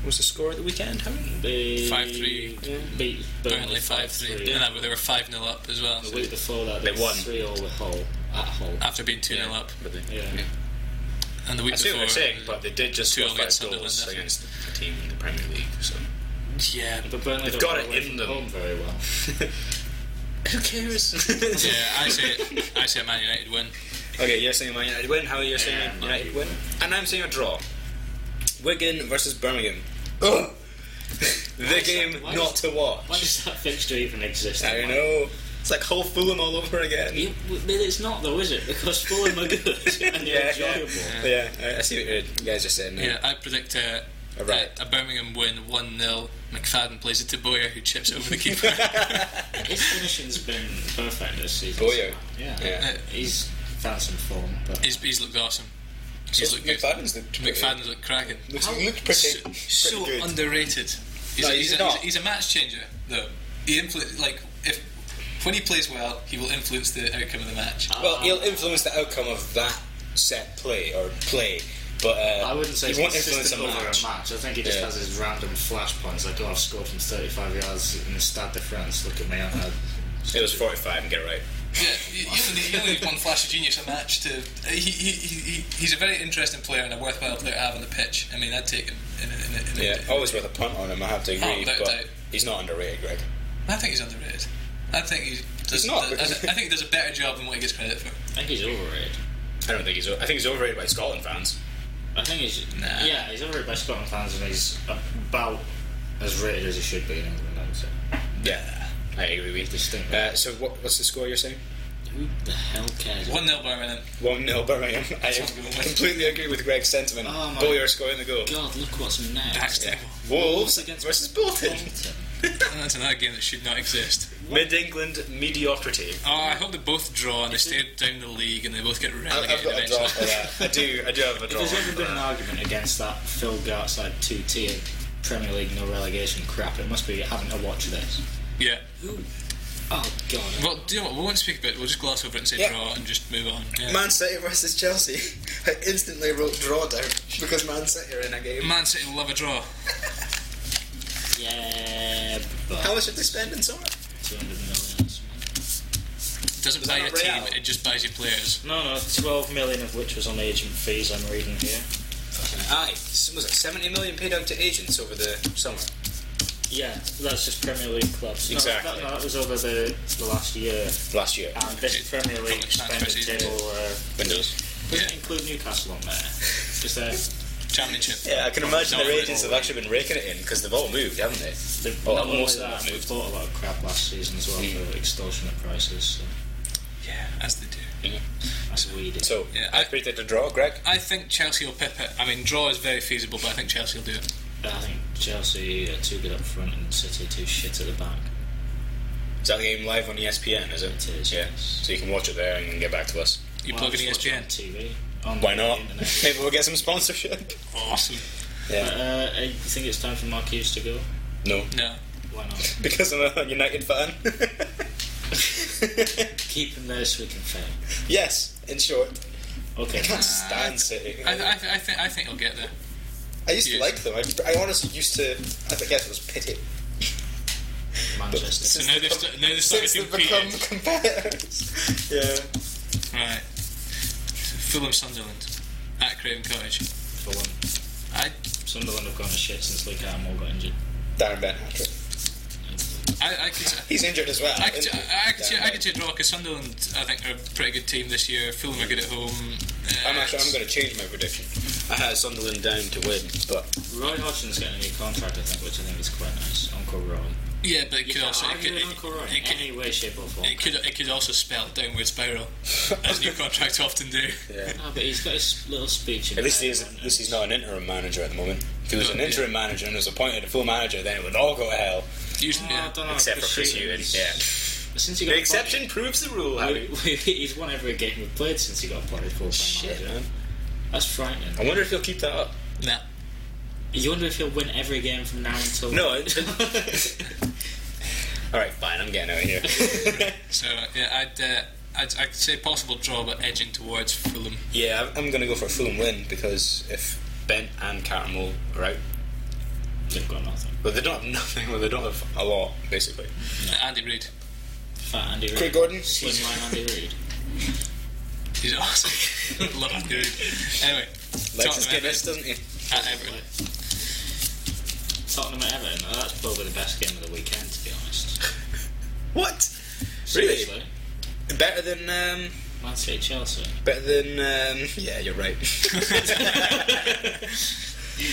[SPEAKER 2] What was the score at the weekend? How many?
[SPEAKER 1] They
[SPEAKER 3] 5-3.
[SPEAKER 1] beat
[SPEAKER 3] Burnley five three.
[SPEAKER 1] yeah.
[SPEAKER 3] And that- they were five 0 up as well.
[SPEAKER 1] The
[SPEAKER 3] so
[SPEAKER 1] week before that, they,
[SPEAKER 2] They won.
[SPEAKER 1] three all at Hull. At Hull.
[SPEAKER 3] after being two 0
[SPEAKER 2] Yeah.
[SPEAKER 3] up,
[SPEAKER 2] But they,
[SPEAKER 1] Yeah.
[SPEAKER 3] and the week
[SPEAKER 2] I see what
[SPEAKER 3] before.
[SPEAKER 2] they're saying, but they did just
[SPEAKER 3] Two
[SPEAKER 2] score
[SPEAKER 3] all
[SPEAKER 2] five
[SPEAKER 3] against Sunderland,
[SPEAKER 2] goals
[SPEAKER 3] that's it.
[SPEAKER 2] against the team in the Premier League. So [LAUGHS]
[SPEAKER 3] yeah,
[SPEAKER 1] But Burnley
[SPEAKER 2] They've
[SPEAKER 1] don't
[SPEAKER 2] got
[SPEAKER 1] go
[SPEAKER 2] it
[SPEAKER 1] away
[SPEAKER 2] in
[SPEAKER 1] from
[SPEAKER 2] them.
[SPEAKER 1] home very well.
[SPEAKER 2] [LAUGHS] who cares? [LAUGHS]
[SPEAKER 3] yeah. I say I say a Man United win.
[SPEAKER 2] Okay, you're saying Man United win. How are you saying
[SPEAKER 1] Yeah, Man
[SPEAKER 2] United
[SPEAKER 1] United
[SPEAKER 2] win? And I'm saying a draw. Wigan versus Birmingham. Ugh. [LAUGHS] the game
[SPEAKER 1] why
[SPEAKER 2] not
[SPEAKER 1] does-
[SPEAKER 2] to
[SPEAKER 1] Why
[SPEAKER 2] watch.
[SPEAKER 1] does that fixture even exist?
[SPEAKER 2] I know. It's like whole Fulham all over again.
[SPEAKER 1] You, but it's not though, is it? Because Fulham are good [LAUGHS] and they're
[SPEAKER 2] [LAUGHS] Yeah, yeah,
[SPEAKER 1] enjoyable.
[SPEAKER 2] yeah. I- I see what you guys are saying. now.
[SPEAKER 3] Yeah, I predict uh, a,
[SPEAKER 2] All right.
[SPEAKER 3] a, a Birmingham win one 0 McFadden plays it to Boyer, who chips it over
[SPEAKER 2] [LAUGHS]
[SPEAKER 3] the keeper.
[SPEAKER 1] His finishing's been perfect this season.
[SPEAKER 2] Boyer.
[SPEAKER 1] Yeah.
[SPEAKER 2] Yeah.
[SPEAKER 1] He's found some form. But
[SPEAKER 3] he's, Uh, he's looked awesome. He's
[SPEAKER 2] So
[SPEAKER 3] looked good.
[SPEAKER 2] McFadden's looked pretty-
[SPEAKER 3] McFadden's looked cracking.
[SPEAKER 2] Looks,
[SPEAKER 1] How-
[SPEAKER 2] looked pretty,
[SPEAKER 3] so,
[SPEAKER 2] pretty
[SPEAKER 3] so
[SPEAKER 2] good.
[SPEAKER 3] underrated. He's,
[SPEAKER 2] No,
[SPEAKER 3] a,
[SPEAKER 2] he's
[SPEAKER 3] he's, a,
[SPEAKER 2] not.
[SPEAKER 3] he's, a, he's a match changer, though. He influ- like if when he plays well, he will influence the outcome of the match.
[SPEAKER 2] Well, he'll influence the outcome of that set play or play, but uh,
[SPEAKER 1] I wouldn't say
[SPEAKER 2] he
[SPEAKER 1] he
[SPEAKER 2] won't influence
[SPEAKER 1] consistent
[SPEAKER 2] a
[SPEAKER 1] over
[SPEAKER 2] match.
[SPEAKER 1] a match. I think he just
[SPEAKER 2] Yeah.
[SPEAKER 1] has his random flashpoints. Like, oh, I've scored from 35 yards in the Stade de France. Look at me, I've had.
[SPEAKER 2] It was 45 and get it right.
[SPEAKER 3] Yeah, you, you only need, you only need one flash of genius a match to. He, he, he, he- he's a very interesting player and a worthwhile player to have on the pitch. I mean, I'd take him. In a, in a, in a,
[SPEAKER 2] Yeah, always worth a punt on him. I have to agree,
[SPEAKER 3] without a
[SPEAKER 2] but
[SPEAKER 3] doubt.
[SPEAKER 2] he's not underrated, Greg.
[SPEAKER 3] I think he's underrated. I think he does.
[SPEAKER 2] He's not,
[SPEAKER 3] does- I,
[SPEAKER 2] because-
[SPEAKER 3] think he does a better job than what he gets credit for.
[SPEAKER 1] I think he's overrated.
[SPEAKER 2] I don't think he's. o- I think he's overrated by Scotland fans.
[SPEAKER 1] I think he's.
[SPEAKER 3] Nah.
[SPEAKER 1] Yeah, he's overrated by Scotland fans and he's about as rated as he should be in England, I would say.
[SPEAKER 2] Yeah, I agree with you.
[SPEAKER 1] Distinct.
[SPEAKER 2] Uh, so what, what's the score you're saying?
[SPEAKER 1] Who the hell cares?
[SPEAKER 3] One 0 Birmingham.
[SPEAKER 2] One 0 Birmingham. I
[SPEAKER 3] what I'm going with.
[SPEAKER 2] completely agree with Greg's sentiment.
[SPEAKER 1] Oh my
[SPEAKER 2] Boyer scoring the goal.
[SPEAKER 1] God, look what's next.
[SPEAKER 3] Daxton.
[SPEAKER 2] Yeah. Wolves
[SPEAKER 1] against
[SPEAKER 2] versus Bolton.
[SPEAKER 3] And That's another game that should not exist.
[SPEAKER 2] Mid England mediocrity.
[SPEAKER 3] Oh, I hope they both draw and they stay down the league and they both get
[SPEAKER 2] I,
[SPEAKER 3] relegated
[SPEAKER 2] I've got a draw
[SPEAKER 3] eventually.
[SPEAKER 2] for that. I do. I do have a draw.
[SPEAKER 1] There's
[SPEAKER 2] for
[SPEAKER 1] ever been an
[SPEAKER 2] that.
[SPEAKER 1] argument against that Phil Gartside two tier Premier League no relegation crap. It must be having to watch this.
[SPEAKER 3] Yeah.
[SPEAKER 1] Oh god.
[SPEAKER 3] Well, do you know what? We won't speak about it. We'll just gloss over it and say
[SPEAKER 2] Yeah.
[SPEAKER 3] draw and just move on. Yeah.
[SPEAKER 2] Man City versus Chelsea. [LAUGHS] I instantly wrote draw down because Man City are in a game.
[SPEAKER 3] Man City will love a draw.
[SPEAKER 1] Yeah, but
[SPEAKER 2] How much did they spend in summer?
[SPEAKER 1] 200 million.
[SPEAKER 3] It
[SPEAKER 2] Is
[SPEAKER 3] doesn't
[SPEAKER 2] that
[SPEAKER 3] buy you a
[SPEAKER 2] not
[SPEAKER 3] team,
[SPEAKER 2] Real?
[SPEAKER 3] it just buys you players.
[SPEAKER 1] No, no, 12 million of which was on agent fees. I'm reading here.
[SPEAKER 2] Aye, s- was it 70 million paid out to agents over the summer?
[SPEAKER 1] Yeah, that's just Premier League clubs. No, that-
[SPEAKER 2] Exactly.
[SPEAKER 1] No, that, was over the, the last year.
[SPEAKER 2] Last year.
[SPEAKER 1] And this Premier League
[SPEAKER 3] Probably not
[SPEAKER 1] spending
[SPEAKER 3] season.
[SPEAKER 1] table uh,
[SPEAKER 2] Windows.
[SPEAKER 1] does it include Newcastle on there. Is there?
[SPEAKER 3] Championship.
[SPEAKER 2] Yeah, I can imagine
[SPEAKER 3] No,
[SPEAKER 2] their
[SPEAKER 3] no,
[SPEAKER 2] agents
[SPEAKER 3] no.
[SPEAKER 2] have actually been raking it in because they've all moved, haven't they?
[SPEAKER 1] They've
[SPEAKER 2] Oh,
[SPEAKER 1] not
[SPEAKER 2] most
[SPEAKER 1] only
[SPEAKER 2] of them
[SPEAKER 1] that,
[SPEAKER 2] have
[SPEAKER 1] we
[SPEAKER 2] moved.
[SPEAKER 1] bought a lot of crap last season as well for extortionate prices. So.
[SPEAKER 3] Yeah, as they do.
[SPEAKER 1] That's weedy.
[SPEAKER 2] So,
[SPEAKER 3] Yeah,
[SPEAKER 2] I
[SPEAKER 3] I-
[SPEAKER 2] predicted a draw, Greg.
[SPEAKER 3] I think Chelsea will pip it. I mean, draw is very feasible, but I think Chelsea will do it.
[SPEAKER 1] I think Chelsea are too good up front and City too shit at the back.
[SPEAKER 2] Is that game live on E ESPN, is it?
[SPEAKER 1] It is,
[SPEAKER 2] Yeah.
[SPEAKER 1] yes.
[SPEAKER 2] So you can watch it there and then get back to us.
[SPEAKER 3] You
[SPEAKER 1] Well,
[SPEAKER 3] plug in E
[SPEAKER 1] just watch it on
[SPEAKER 3] ESPN.
[SPEAKER 1] TV. On
[SPEAKER 2] Why
[SPEAKER 1] the
[SPEAKER 2] not? [LAUGHS]
[SPEAKER 1] internet. [LAUGHS]
[SPEAKER 2] Maybe we'll get some sponsorship.
[SPEAKER 3] Awesome.
[SPEAKER 1] But, uh, I think it's time for Mark Hughes to go.
[SPEAKER 2] No. [LAUGHS]
[SPEAKER 3] No.
[SPEAKER 1] Why not?
[SPEAKER 2] Because I'm a United fan. [LAUGHS]
[SPEAKER 1] Keep him there so we can fail.
[SPEAKER 2] yes, in short. I [LAUGHS]
[SPEAKER 1] Okay.
[SPEAKER 2] can't stand City.
[SPEAKER 3] I, th- I, th- I, think, I think he'll get there.
[SPEAKER 2] I used to
[SPEAKER 3] Yes.
[SPEAKER 2] like them. I, I honestly used to. I think guess it was pity.
[SPEAKER 1] Manchester.
[SPEAKER 2] Since
[SPEAKER 3] now they've
[SPEAKER 2] become-
[SPEAKER 3] st- now they've
[SPEAKER 2] since
[SPEAKER 3] started
[SPEAKER 2] they've become
[SPEAKER 3] competing.
[SPEAKER 2] competitors. yeah.
[SPEAKER 3] Right. Fulham Sunderland at Craven Cottage.
[SPEAKER 1] Fulham.
[SPEAKER 3] I
[SPEAKER 1] Sunderland have gone to shit since Luke Hamill got injured.
[SPEAKER 4] Darren Ben Hattrick.
[SPEAKER 3] I, I could.
[SPEAKER 4] He's injured as well.
[SPEAKER 3] I could,
[SPEAKER 4] isn't he?
[SPEAKER 3] I, I could, see-
[SPEAKER 4] Darren
[SPEAKER 3] I
[SPEAKER 4] Ben.
[SPEAKER 3] could see it draw because Sunderland, I think, are a pretty good team this year. Fulham are good at home. Uh,
[SPEAKER 4] I'm actually I'm going to change my prediction.
[SPEAKER 2] I had Sunderland down to win, but
[SPEAKER 1] Roy Hodgson's getting a new contract, I think, which I think is quite nice. Uncle Roy.
[SPEAKER 3] Yeah, but it could also it
[SPEAKER 1] argue
[SPEAKER 3] could,
[SPEAKER 1] with
[SPEAKER 3] it,
[SPEAKER 1] Uncle Roy
[SPEAKER 3] it
[SPEAKER 1] in
[SPEAKER 3] could,
[SPEAKER 1] any way, shape, or form.
[SPEAKER 3] it could it could also spell downward spiral,
[SPEAKER 4] [LAUGHS]
[SPEAKER 3] as new contracts often [LAUGHS] do.
[SPEAKER 2] yeah.
[SPEAKER 1] Ah, but he's got his little speech. In
[SPEAKER 2] At least he
[SPEAKER 1] there,
[SPEAKER 2] is,
[SPEAKER 1] and
[SPEAKER 2] at least he's not an interim manager at the moment. If he was an
[SPEAKER 3] Yeah.
[SPEAKER 2] interim manager and was appointed a full manager, then it would all go to hell.
[SPEAKER 3] Usually,
[SPEAKER 1] Ah, I
[SPEAKER 3] yeah.
[SPEAKER 1] don't know,
[SPEAKER 2] Except for Chris
[SPEAKER 1] Hughton,
[SPEAKER 2] Hughton,
[SPEAKER 1] he's-
[SPEAKER 2] yeah.
[SPEAKER 1] Since he got
[SPEAKER 2] The exception proves the rule.
[SPEAKER 1] appointed-
[SPEAKER 2] Harry.
[SPEAKER 1] we- we- [LAUGHS] he's won every game we've played since he got appointed full-time
[SPEAKER 2] Shit,
[SPEAKER 1] manager.
[SPEAKER 2] man.
[SPEAKER 1] That's frightening.
[SPEAKER 2] I wonder if he'll keep that up.
[SPEAKER 3] Nah.
[SPEAKER 1] You wonder if he'll win every game from now until [LAUGHS]
[SPEAKER 2] No, it- [LAUGHS] All right, fine. I'm getting out of here. [LAUGHS]
[SPEAKER 3] So yeah, I'd, uh, I'd I'd say possible draw, but edging towards Fulham.
[SPEAKER 2] yeah, I'm, I'm going to go for a Fulham win because if Bent and Cattermole are out,
[SPEAKER 1] they've got nothing.
[SPEAKER 2] but they don't have [LAUGHS] nothing. Well, they don't have a lot, basically.
[SPEAKER 3] Andy Reid,
[SPEAKER 1] Fat Andy Reid.
[SPEAKER 4] Craig Gordon.
[SPEAKER 1] Slim line Andy Reid.
[SPEAKER 3] he's awesome. [LAUGHS] Love Andy Reid. Anyway,
[SPEAKER 2] Likes his
[SPEAKER 3] Tottenham
[SPEAKER 2] Guinness, doesn't he?
[SPEAKER 3] at Everton.
[SPEAKER 1] Tottenham at Everton. now That's probably the best game of the weekend, to be honest.
[SPEAKER 2] What? Really?
[SPEAKER 1] Seriously.
[SPEAKER 2] Better than um,
[SPEAKER 1] Man City
[SPEAKER 2] [LAUGHS]
[SPEAKER 1] Chelsea.
[SPEAKER 2] Better than um, yeah, you're [LAUGHS] right.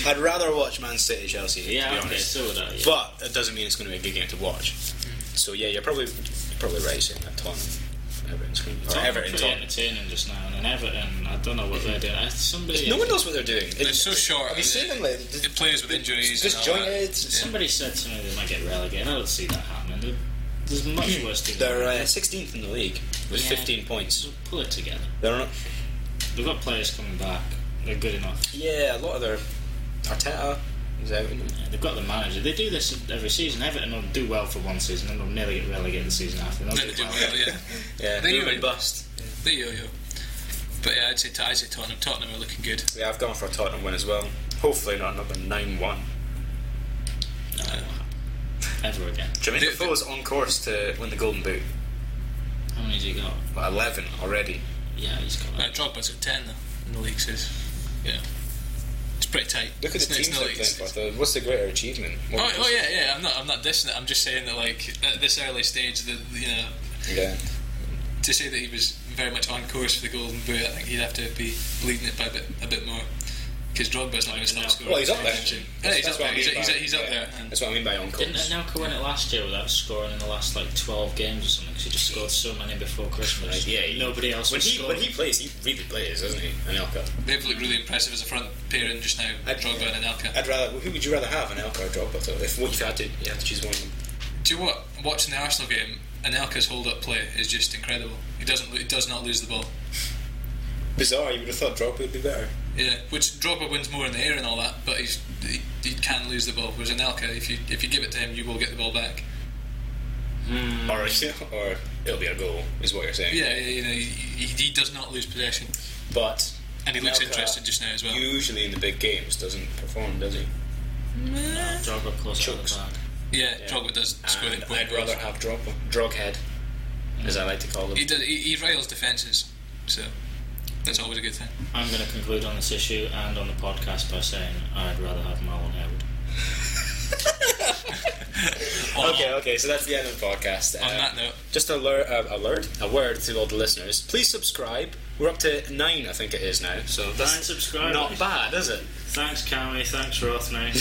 [SPEAKER 2] I'd rather watch Man City Chelsea. to be
[SPEAKER 1] Yeah, okay,
[SPEAKER 2] honest.
[SPEAKER 1] so would I. Yeah. Mm.
[SPEAKER 2] But that doesn't mean it's going to be a good game to watch. So yeah, you're probably you're probably right saying that Tottenham, Everton's going to
[SPEAKER 1] Tottenham
[SPEAKER 2] Everton.
[SPEAKER 1] pretty
[SPEAKER 2] Tottenham.
[SPEAKER 1] entertaining just now, and then Everton. I don't know what they're doing. Uh, Somebody,
[SPEAKER 2] No one knows what they're doing. It-
[SPEAKER 3] It's so short.
[SPEAKER 2] Have you seen them lately?
[SPEAKER 3] It plays with injuries. and all that.
[SPEAKER 2] Disjointed.
[SPEAKER 1] somebody said to me they might get relegated. I don't see that happening. There- There's much worse teams.
[SPEAKER 2] They're uh, 16th in the league with
[SPEAKER 1] Yeah.
[SPEAKER 2] 15 points.
[SPEAKER 1] So pull it together.
[SPEAKER 2] They're not.
[SPEAKER 1] They've got players coming back. They're good enough.
[SPEAKER 2] Yeah, a lot of their Arteta is out. isn't he?
[SPEAKER 1] Yeah, They've got the manager. They do this every season. Everton will do well for one season, and they'll nearly get relegated the season after. They'll
[SPEAKER 3] Then they
[SPEAKER 1] do
[SPEAKER 3] do
[SPEAKER 1] well.
[SPEAKER 3] well, yeah.
[SPEAKER 2] Yeah,
[SPEAKER 3] They
[SPEAKER 2] boom
[SPEAKER 3] do.
[SPEAKER 2] and bust.
[SPEAKER 3] The yo-yo. But yeah, I'd say, I'd say Tottenham. Tottenham are looking good.
[SPEAKER 2] Yeah, I've gone for a Tottenham win as well. Hopefully not another 9-1.
[SPEAKER 1] No, it won't happen. Ever again.
[SPEAKER 2] Jermaine
[SPEAKER 3] They-
[SPEAKER 2] Defoe is on course to win the Golden Boot.
[SPEAKER 1] How many has he got?
[SPEAKER 2] Well, 11 already.
[SPEAKER 1] Yeah, he's got.
[SPEAKER 3] Uh, Drogba's at 10 though in the league, says. Yeah. It's pretty tight.
[SPEAKER 2] Look at
[SPEAKER 3] It's
[SPEAKER 2] the
[SPEAKER 3] not-
[SPEAKER 2] teams
[SPEAKER 3] it's not
[SPEAKER 2] they're
[SPEAKER 3] like-
[SPEAKER 2] playing for. though. What's the greater achievement?
[SPEAKER 3] Oh, oh yeah, yeah. I'm not, I'm not dissing it. I'm just saying that, like, at this early stage, that you know,
[SPEAKER 2] yeah.
[SPEAKER 3] to say that he was very much on course for the golden boot, I think he'd have to be leading it by a bit, a bit more. Because Drogba's not going to
[SPEAKER 1] Like,
[SPEAKER 3] stop
[SPEAKER 1] no.
[SPEAKER 3] scoring.
[SPEAKER 2] Well, he's up there.
[SPEAKER 3] Yeah, he's up
[SPEAKER 2] what
[SPEAKER 3] there.
[SPEAKER 2] I
[SPEAKER 3] He's,
[SPEAKER 2] mean
[SPEAKER 3] he's,
[SPEAKER 2] by-
[SPEAKER 3] he's up
[SPEAKER 2] yeah.
[SPEAKER 3] there.
[SPEAKER 2] That's what I mean by on
[SPEAKER 1] Didn't
[SPEAKER 2] course.
[SPEAKER 1] Anelka win it last year without scoring in the last like twelve games or something? 'Cause he just scored so many before Christmas.
[SPEAKER 2] Yeah, he-
[SPEAKER 1] nobody else
[SPEAKER 2] When
[SPEAKER 1] was
[SPEAKER 2] he
[SPEAKER 1] scoring.
[SPEAKER 2] when he plays, he really plays, doesn't he? Anelka.
[SPEAKER 3] They've looked really impressive as a front pairing just now.
[SPEAKER 2] I'd-
[SPEAKER 3] Drogba and Anelka.
[SPEAKER 2] I'd rather. Who would you rather have, Anelka or Drogba? Though, if what you had to, you have to choose one of them.
[SPEAKER 3] Do you know what? Watching the Arsenal game, Anelka's hold-up play is just incredible. He doesn't. lo- He does not lose the ball.
[SPEAKER 2] Bizarre. You would have thought Drogba would be better.
[SPEAKER 3] Yeah, which Drogba wins more in the air and all that, but he's he, he can lose the ball. Whereas Anelka, if you if you give it to him, you will get the ball back.
[SPEAKER 2] Or, or [LAUGHS] it'll be a goal, is what you're saying.
[SPEAKER 3] Yeah, yeah, you know, he, he does not lose possession,
[SPEAKER 2] But
[SPEAKER 3] and he looks
[SPEAKER 2] Anelka
[SPEAKER 3] interested just now as well.
[SPEAKER 2] usually in the big games doesn't perform, does he?
[SPEAKER 1] No, Drogba close out
[SPEAKER 2] Chokes.
[SPEAKER 1] the back.
[SPEAKER 3] yeah,
[SPEAKER 2] Yeah.
[SPEAKER 3] Drogba does score the
[SPEAKER 2] And
[SPEAKER 3] point.
[SPEAKER 2] I'd rather have Drogba, Droghead, as I like to call him.
[SPEAKER 3] He does. He, he rails defenses, so that's always a good thing.
[SPEAKER 1] I'm going to conclude on this issue and on the podcast by saying I'd rather have Marlon Hayward.
[SPEAKER 2] Okay, okay, so that's the end of the podcast.
[SPEAKER 3] On
[SPEAKER 2] Uh,
[SPEAKER 3] that note,
[SPEAKER 2] just a alert, uh, alert, a word to all the listeners. Please subscribe. We're up to nine, I think it is now. So that's
[SPEAKER 1] Nine subscribers.
[SPEAKER 2] Not bad, is it?
[SPEAKER 1] [LAUGHS] Thanks, Cammy. Thanks,
[SPEAKER 2] [LAUGHS]
[SPEAKER 1] Rothney.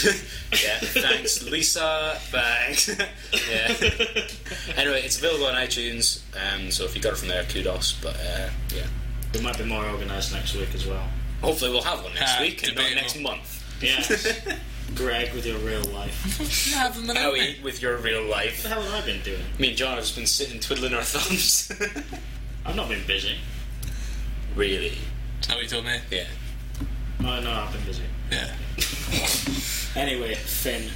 [SPEAKER 2] yeah. Thanks, Lisa. Thanks. [LAUGHS] yeah. Anyway, it's available on iTunes. Um, so if you got it from there, kudos. But uh, yeah,
[SPEAKER 1] [LAUGHS] we might be more organised next week as well.
[SPEAKER 2] hopefully we'll have one next
[SPEAKER 3] Ah,
[SPEAKER 2] week and not
[SPEAKER 3] debatable.
[SPEAKER 2] next month.
[SPEAKER 1] Yes. Greg with your real life.
[SPEAKER 3] have him in there.
[SPEAKER 2] Howie, with your real life.
[SPEAKER 1] What the hell have I been doing?
[SPEAKER 2] Me and John have just been sitting twiddling our [LAUGHS] thumbs.
[SPEAKER 1] I've not been busy.
[SPEAKER 2] really?
[SPEAKER 3] That's how he told me.
[SPEAKER 2] Yeah.
[SPEAKER 1] Oh, no, I've been busy.
[SPEAKER 3] Yeah.
[SPEAKER 1] Anyway, Finn.